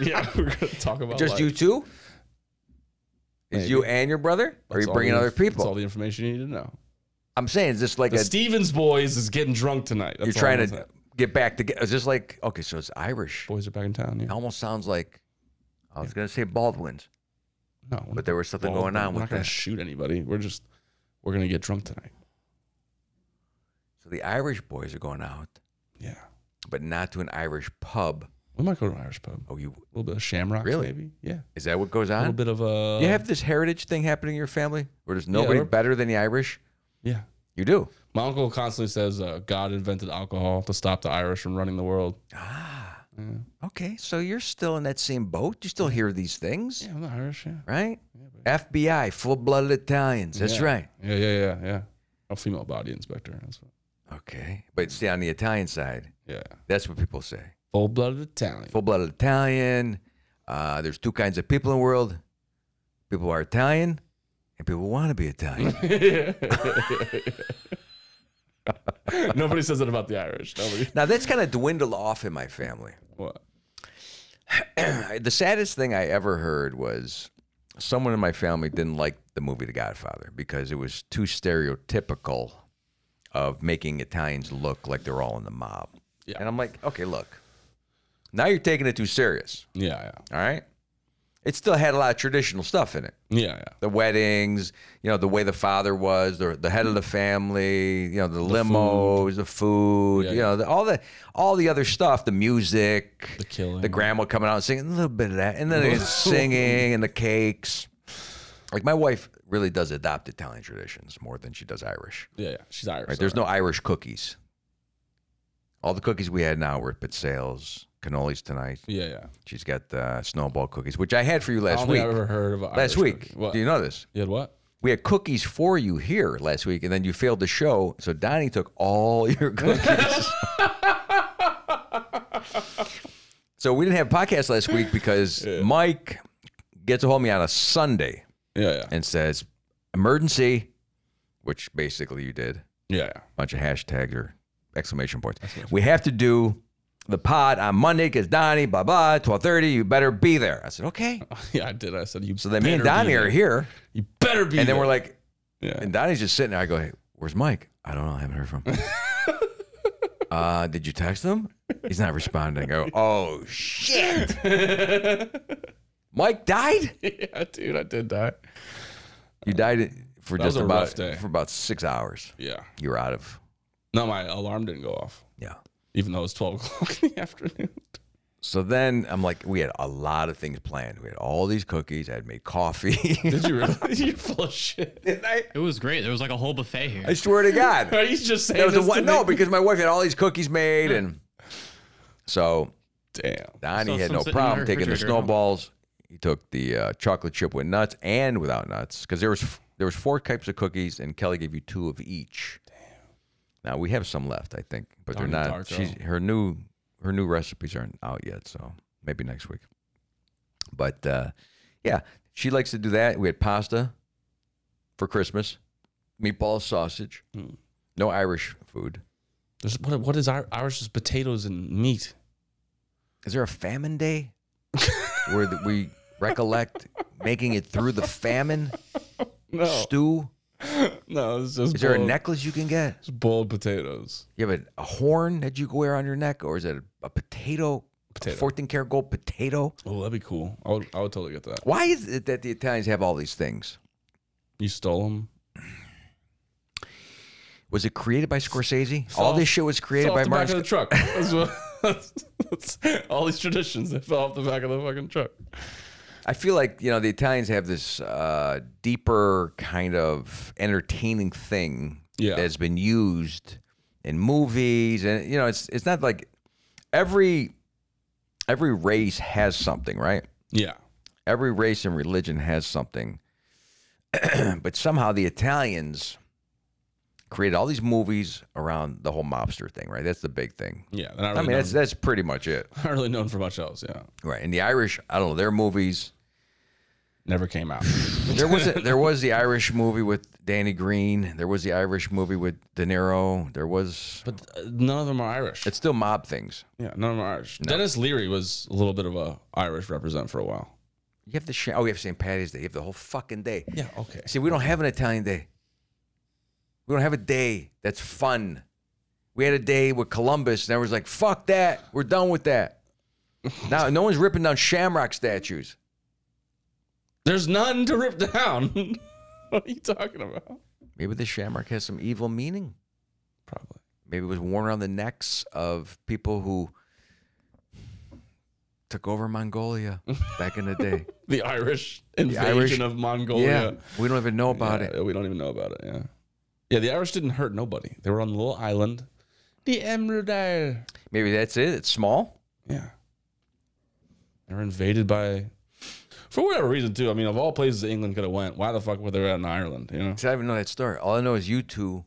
Speaker 1: yeah, we're gonna talk about
Speaker 2: Just
Speaker 1: life.
Speaker 2: you two? Is
Speaker 1: Maybe.
Speaker 2: you and your brother? Or are
Speaker 1: That's
Speaker 2: you
Speaker 1: all
Speaker 2: bringing
Speaker 1: the
Speaker 2: other
Speaker 1: inf- That's all
Speaker 2: people?
Speaker 1: the information you need to know.
Speaker 2: I'm saying, is this like
Speaker 1: The
Speaker 2: a
Speaker 1: Stevens boys is getting drunk tonight. That's
Speaker 2: you're
Speaker 1: all
Speaker 2: trying
Speaker 1: I'm
Speaker 2: to
Speaker 1: saying.
Speaker 2: get back together? Is this like okay? So it's Irish.
Speaker 1: Boys are back in town. Yeah.
Speaker 2: It almost sounds like I was gonna say Baldwin's,
Speaker 1: No,
Speaker 2: but there was something going on
Speaker 1: We're
Speaker 2: with
Speaker 1: not gonna
Speaker 2: that.
Speaker 1: shoot anybody. We're just we're gonna get drunk tonight.
Speaker 2: So the Irish boys are going out,
Speaker 1: Yeah,
Speaker 2: but not to an Irish pub.
Speaker 1: we might go to an Irish pub.
Speaker 2: Oh, you
Speaker 1: A little bit of Shamrock,
Speaker 2: Really?
Speaker 1: maybe. Yeah,
Speaker 2: is that what goes
Speaker 1: a little
Speaker 2: on?
Speaker 1: bit of uh, a.
Speaker 2: You have this heritage thing happening in your family, where there's nobody
Speaker 1: we're-
Speaker 2: better than the Irish.
Speaker 1: yeah.
Speaker 2: You do.
Speaker 1: My uncle constantly says uh, God invented alcohol to stop the Irish from running the world.
Speaker 2: Okay, so you're still in that same boat. You still hear these things,
Speaker 1: Yeah, I'm not Irish. Yeah,
Speaker 2: right? FBI, full-blooded Italians. That's
Speaker 1: Yeah.
Speaker 2: right.
Speaker 1: yeah, yeah, yeah. yeah. A female body inspector. That's what,
Speaker 2: Okay, but see, on the Italian side,
Speaker 1: yeah,
Speaker 2: that's what people say:
Speaker 1: full-blooded Italian.
Speaker 2: full-blooded Italian. Uh, there's two kinds of people in the world: people who are Italian, and people who want to be Italian.
Speaker 1: Nobody says that about the Irish. Nobody.
Speaker 2: now that's kind of dwindled off in my family.
Speaker 1: What?
Speaker 2: The saddest thing I ever heard was someone in my family didn't like the movie The Godfather because it was too stereotypical of making Italians look like they're all in the mob.
Speaker 1: Yeah.
Speaker 2: And I'm like, okay, look, now you're taking it too serious.
Speaker 1: Yeah,
Speaker 2: All right. It still had a lot of traditional stuff in it.
Speaker 1: yeah, yeah, yeah.
Speaker 2: The weddings, you know, the way the father was, the, the head of the family, you know, the, limos, the food,
Speaker 1: Yeah,
Speaker 2: you know, the, all the all the other stuff, the music,
Speaker 1: The killing.
Speaker 2: the grandma coming out and singing a little bit of that, and then it's singing and the cakes. Like my wife really does adopt Italian traditions more than she does Irish.
Speaker 1: Yeah, yeah. She's Irish.
Speaker 2: Right? There's no Irish cookies. All the cookies we had now were at Pizzales, cannolis tonight.
Speaker 1: Yeah, yeah.
Speaker 2: She's got uh, snowball cookies, which I had for you
Speaker 1: I don't
Speaker 2: last
Speaker 1: think
Speaker 2: week.
Speaker 1: I've ever heard of a Irish
Speaker 2: Last week.
Speaker 1: cookie. What?
Speaker 2: Do you know this?
Speaker 1: You had what?
Speaker 2: We had cookies for you here last week, and then you failed the show, so Donnie took all your cookies. so we didn't have a podcast last week because Mike gets a hold of me on a Sunday
Speaker 1: Yeah, yeah,
Speaker 2: and says, emergency, which basically you did
Speaker 1: yeah. yeah.
Speaker 2: bunch of hashtags or exclamation points. We have to do the pod on Monday because Donnie, blah blah, twelve thirty. You better be there. I said okay.
Speaker 1: Yeah, I did. I said you.
Speaker 2: So then me and
Speaker 1: better be
Speaker 2: Donnie are
Speaker 1: there.
Speaker 2: here,
Speaker 1: You better be.
Speaker 2: and then
Speaker 1: there.
Speaker 2: we're like,
Speaker 1: yeah.
Speaker 2: and Donnie's just sitting there. I go, hey, where's Mike? I don't know. I haven't heard from. him. uh, did you text him? He's not responding. I go, oh shit. Mike died.
Speaker 1: yeah, dude, I did die.
Speaker 2: You died for
Speaker 1: That was
Speaker 2: just
Speaker 1: a
Speaker 2: about
Speaker 1: rough day.
Speaker 2: for about six hours.
Speaker 1: Yeah.
Speaker 2: You were out of
Speaker 1: No, my alarm didn't go off,
Speaker 2: yeah.
Speaker 1: even though it was twelve o'clock in the afternoon.
Speaker 2: So then I'm like, we had a lot of things planned. We had all these cookies. I had made coffee.
Speaker 1: Did you really? You're full of shit.
Speaker 2: I,
Speaker 3: It was great. There was like a whole buffet here.
Speaker 2: I swear to God,
Speaker 1: Are you just saying
Speaker 2: there was a
Speaker 1: this to
Speaker 2: one. No,
Speaker 1: me?
Speaker 2: because my wife had all these cookies made, and so
Speaker 1: damn.
Speaker 2: Donnie
Speaker 3: So
Speaker 2: had
Speaker 3: some
Speaker 2: no
Speaker 3: sitting in
Speaker 2: problem
Speaker 3: her
Speaker 2: taking the
Speaker 3: refrigerator at home.
Speaker 2: snowballs. He took the uh, chocolate chip with nuts and without nuts because there was f- there was four types of cookies, and Kelly gave you two of each. Now we have some left, I think, but
Speaker 1: Donnie
Speaker 2: they're not.
Speaker 1: Darko.
Speaker 2: She's, her new her new recipes aren't out yet, so maybe next week. But uh, yeah, she likes to do that. We had pasta for Christmas, meatball sausage, no Irish food.
Speaker 1: There's what? What is Ir- Irish? Is potatoes and meat.
Speaker 2: Is there a famine day where th- we recollect making it through the famine
Speaker 1: No,
Speaker 2: stew?
Speaker 1: no. It's just
Speaker 2: Is there a
Speaker 1: boiled-
Speaker 2: necklace you can get?
Speaker 1: Just boiled potatoes.
Speaker 2: You have a, a horn that you can wear on your neck, or is it a, a potato,
Speaker 1: Potato.
Speaker 2: a 14 karat gold potato?
Speaker 1: Oh, that'd be cool. I would. I would totally get that.
Speaker 2: Why is it that the Italians have all these things?
Speaker 1: You stole them.
Speaker 2: Was it created by Scorsese? all this shit was created
Speaker 1: fell
Speaker 2: by
Speaker 1: off the back of
Speaker 2: Martin.
Speaker 1: the
Speaker 2: Sc-
Speaker 1: truck. That's what- that's- that's- all these traditions that fell off the back of the fucking truck.
Speaker 2: I feel like you know the Italians have this uh, deeper kind of entertaining thing
Speaker 1: Yeah.
Speaker 2: that's been used in movies, and you know it's it's not like every every race has something, right?
Speaker 1: Yeah.
Speaker 2: every race and religion has something. but somehow the Italians created all these movies around the whole mobster thing, right? That's the big thing.
Speaker 1: Yeah. They're not really,
Speaker 2: I mean,
Speaker 1: known,
Speaker 2: that's that's pretty much it,
Speaker 1: not really known for much else. Yeah.
Speaker 2: right? And the Irish, I don't know, their movies.
Speaker 1: Never came out.
Speaker 2: There was a, there was the Irish movie with Danny Green. There was the Irish movie with De Niro. There was.
Speaker 1: But uh, none of them are Irish.
Speaker 2: It's still mob things.
Speaker 1: yeah. None of them are Irish. Dennis Leary was a little bit of a Irish represent for a while.
Speaker 2: You have the sh- oh, you have St. Patty's Day. You have the whole fucking day.
Speaker 1: Yeah. Okay.
Speaker 2: See, we don't have an Italian day. We don't have a day that's fun. We had a day with Columbus, and everyone's like, fuck that. We're done with that. Now, no one's ripping down shamrock statues.
Speaker 1: There's none to rip down. what are you talking about?
Speaker 2: Maybe the shamrock has some evil meaning.
Speaker 1: Probably.
Speaker 2: Maybe it was worn around the necks of people who took over Mongolia back in the day.
Speaker 1: The Irish invasion
Speaker 2: Irish-
Speaker 1: of
Speaker 2: yeah.
Speaker 1: Mongolia.
Speaker 2: We don't even know about
Speaker 1: Oh, Yeah,
Speaker 2: it.
Speaker 1: We don't even know about it. Yeah. Yeah. The Irish didn't hurt nobody. They were on the little island. The Emerald Isle.
Speaker 2: Maybe that's it. It's small.
Speaker 1: Yeah. They were invaded by, for whatever reason, too. I mean, of all places that England could have went, why the fuck were they out in Ireland? You know?
Speaker 2: See, I don't even know that story. All I know is you two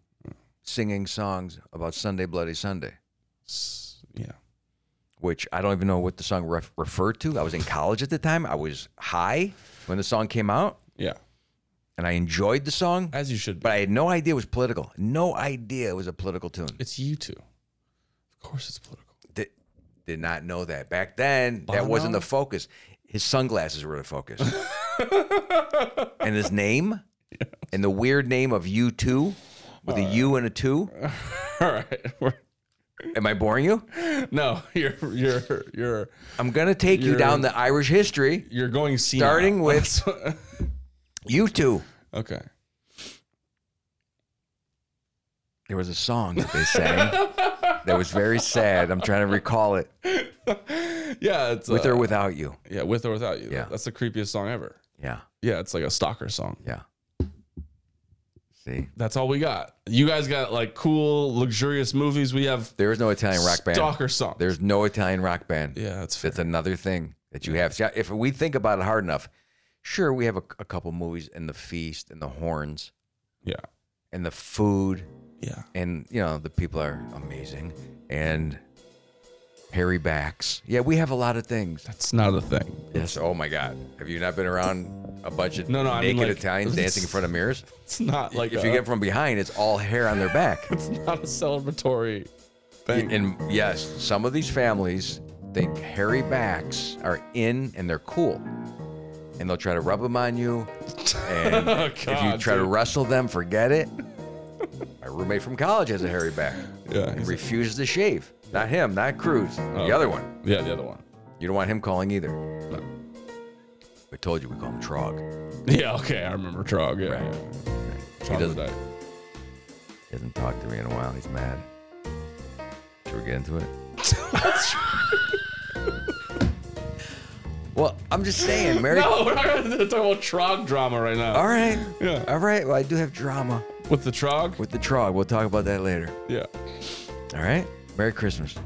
Speaker 2: singing songs about Sunday, Bloody Sunday.
Speaker 1: It's- yeah.
Speaker 2: which I don't even know what the song ref- referred to. I was in college at the time. I was high when the song came out,
Speaker 1: Yeah.
Speaker 2: and I enjoyed the song,
Speaker 1: As you should be.
Speaker 2: but I had no idea it was political. No idea it was a political tune.
Speaker 1: It's you two. Of course it's political.
Speaker 2: Did, did not know that back then. That wasn't
Speaker 1: Bono?
Speaker 2: the focus. His sunglasses were the focus, and his name, and the weird name of U two, with a U and a two.
Speaker 1: All right. We're,
Speaker 2: Am I boring you?
Speaker 1: no, you're you're you're
Speaker 2: I'm gonna take you
Speaker 1: You're-
Speaker 2: down the Irish history,
Speaker 1: you're going senile.
Speaker 2: starting with U two.
Speaker 1: okay.
Speaker 2: There was a song that they sang that was very sad. I'm trying to recall it.
Speaker 1: Yeah, it's
Speaker 2: With
Speaker 1: uh,
Speaker 2: or without you.
Speaker 1: yeah, with or without you.
Speaker 2: Yeah.
Speaker 1: That's the creepiest song ever.
Speaker 2: Yeah.
Speaker 1: Yeah, it's like a stalker song.
Speaker 2: Yeah. See,
Speaker 1: That's all we got. You guys got like cool, luxurious movies. We have
Speaker 2: there is no Italian rock band.
Speaker 1: stalker songs.
Speaker 2: There's no Italian rock band.
Speaker 1: yeah, that's fair.
Speaker 2: That's another thing that you have. See, if we think about it hard enough, sure, we have a, a couple movies and the feast and the horns
Speaker 1: yeah,
Speaker 2: and the food
Speaker 1: yeah.
Speaker 2: and you know the people are amazing and hairy backs. Yeah, we have a lot of things.
Speaker 1: That's not a thing.
Speaker 2: Yes. Oh my God. Have you not been around a bunch of
Speaker 1: No, no, I mean,
Speaker 2: naked
Speaker 1: like-
Speaker 2: Italians dancing in front of mirrors?
Speaker 1: It's not like
Speaker 2: If
Speaker 1: a,
Speaker 2: you get from behind, it's all hair on their back.
Speaker 1: it's not a celebratory thing.
Speaker 2: and yes, some of these families think hairy backs are in and they're cool. And they'll try to rub them on you. And
Speaker 1: Oh,
Speaker 2: if you
Speaker 1: God,
Speaker 2: try to
Speaker 1: dude.
Speaker 2: wrestle them, forget it. My roommate from college has a hairy back.
Speaker 1: yeah,
Speaker 2: and
Speaker 1: he's-
Speaker 2: refuses to shave. Not him, not Cruz.
Speaker 1: Oh.
Speaker 2: The other one.
Speaker 1: yeah, the other one.
Speaker 2: You don't want him calling either.
Speaker 1: No.
Speaker 2: I told you we call him Trog.
Speaker 1: Yeah, okay, I remember Trog. Yeah,
Speaker 2: Right.
Speaker 1: yeah.
Speaker 2: He
Speaker 1: Trog
Speaker 2: doesn't,
Speaker 1: the Di-
Speaker 2: he hasn't talked to me in a while. He's mad. Should we get into it? well, I'm just saying, Mary.
Speaker 1: No, we're not gonna talk about Trog drama right now.
Speaker 2: All right.
Speaker 1: Yeah.
Speaker 2: All right. Well, I do have drama
Speaker 1: With the Trog?
Speaker 2: with the Trog. We'll talk about that later.
Speaker 1: Yeah.
Speaker 2: All right. Merry Christmas.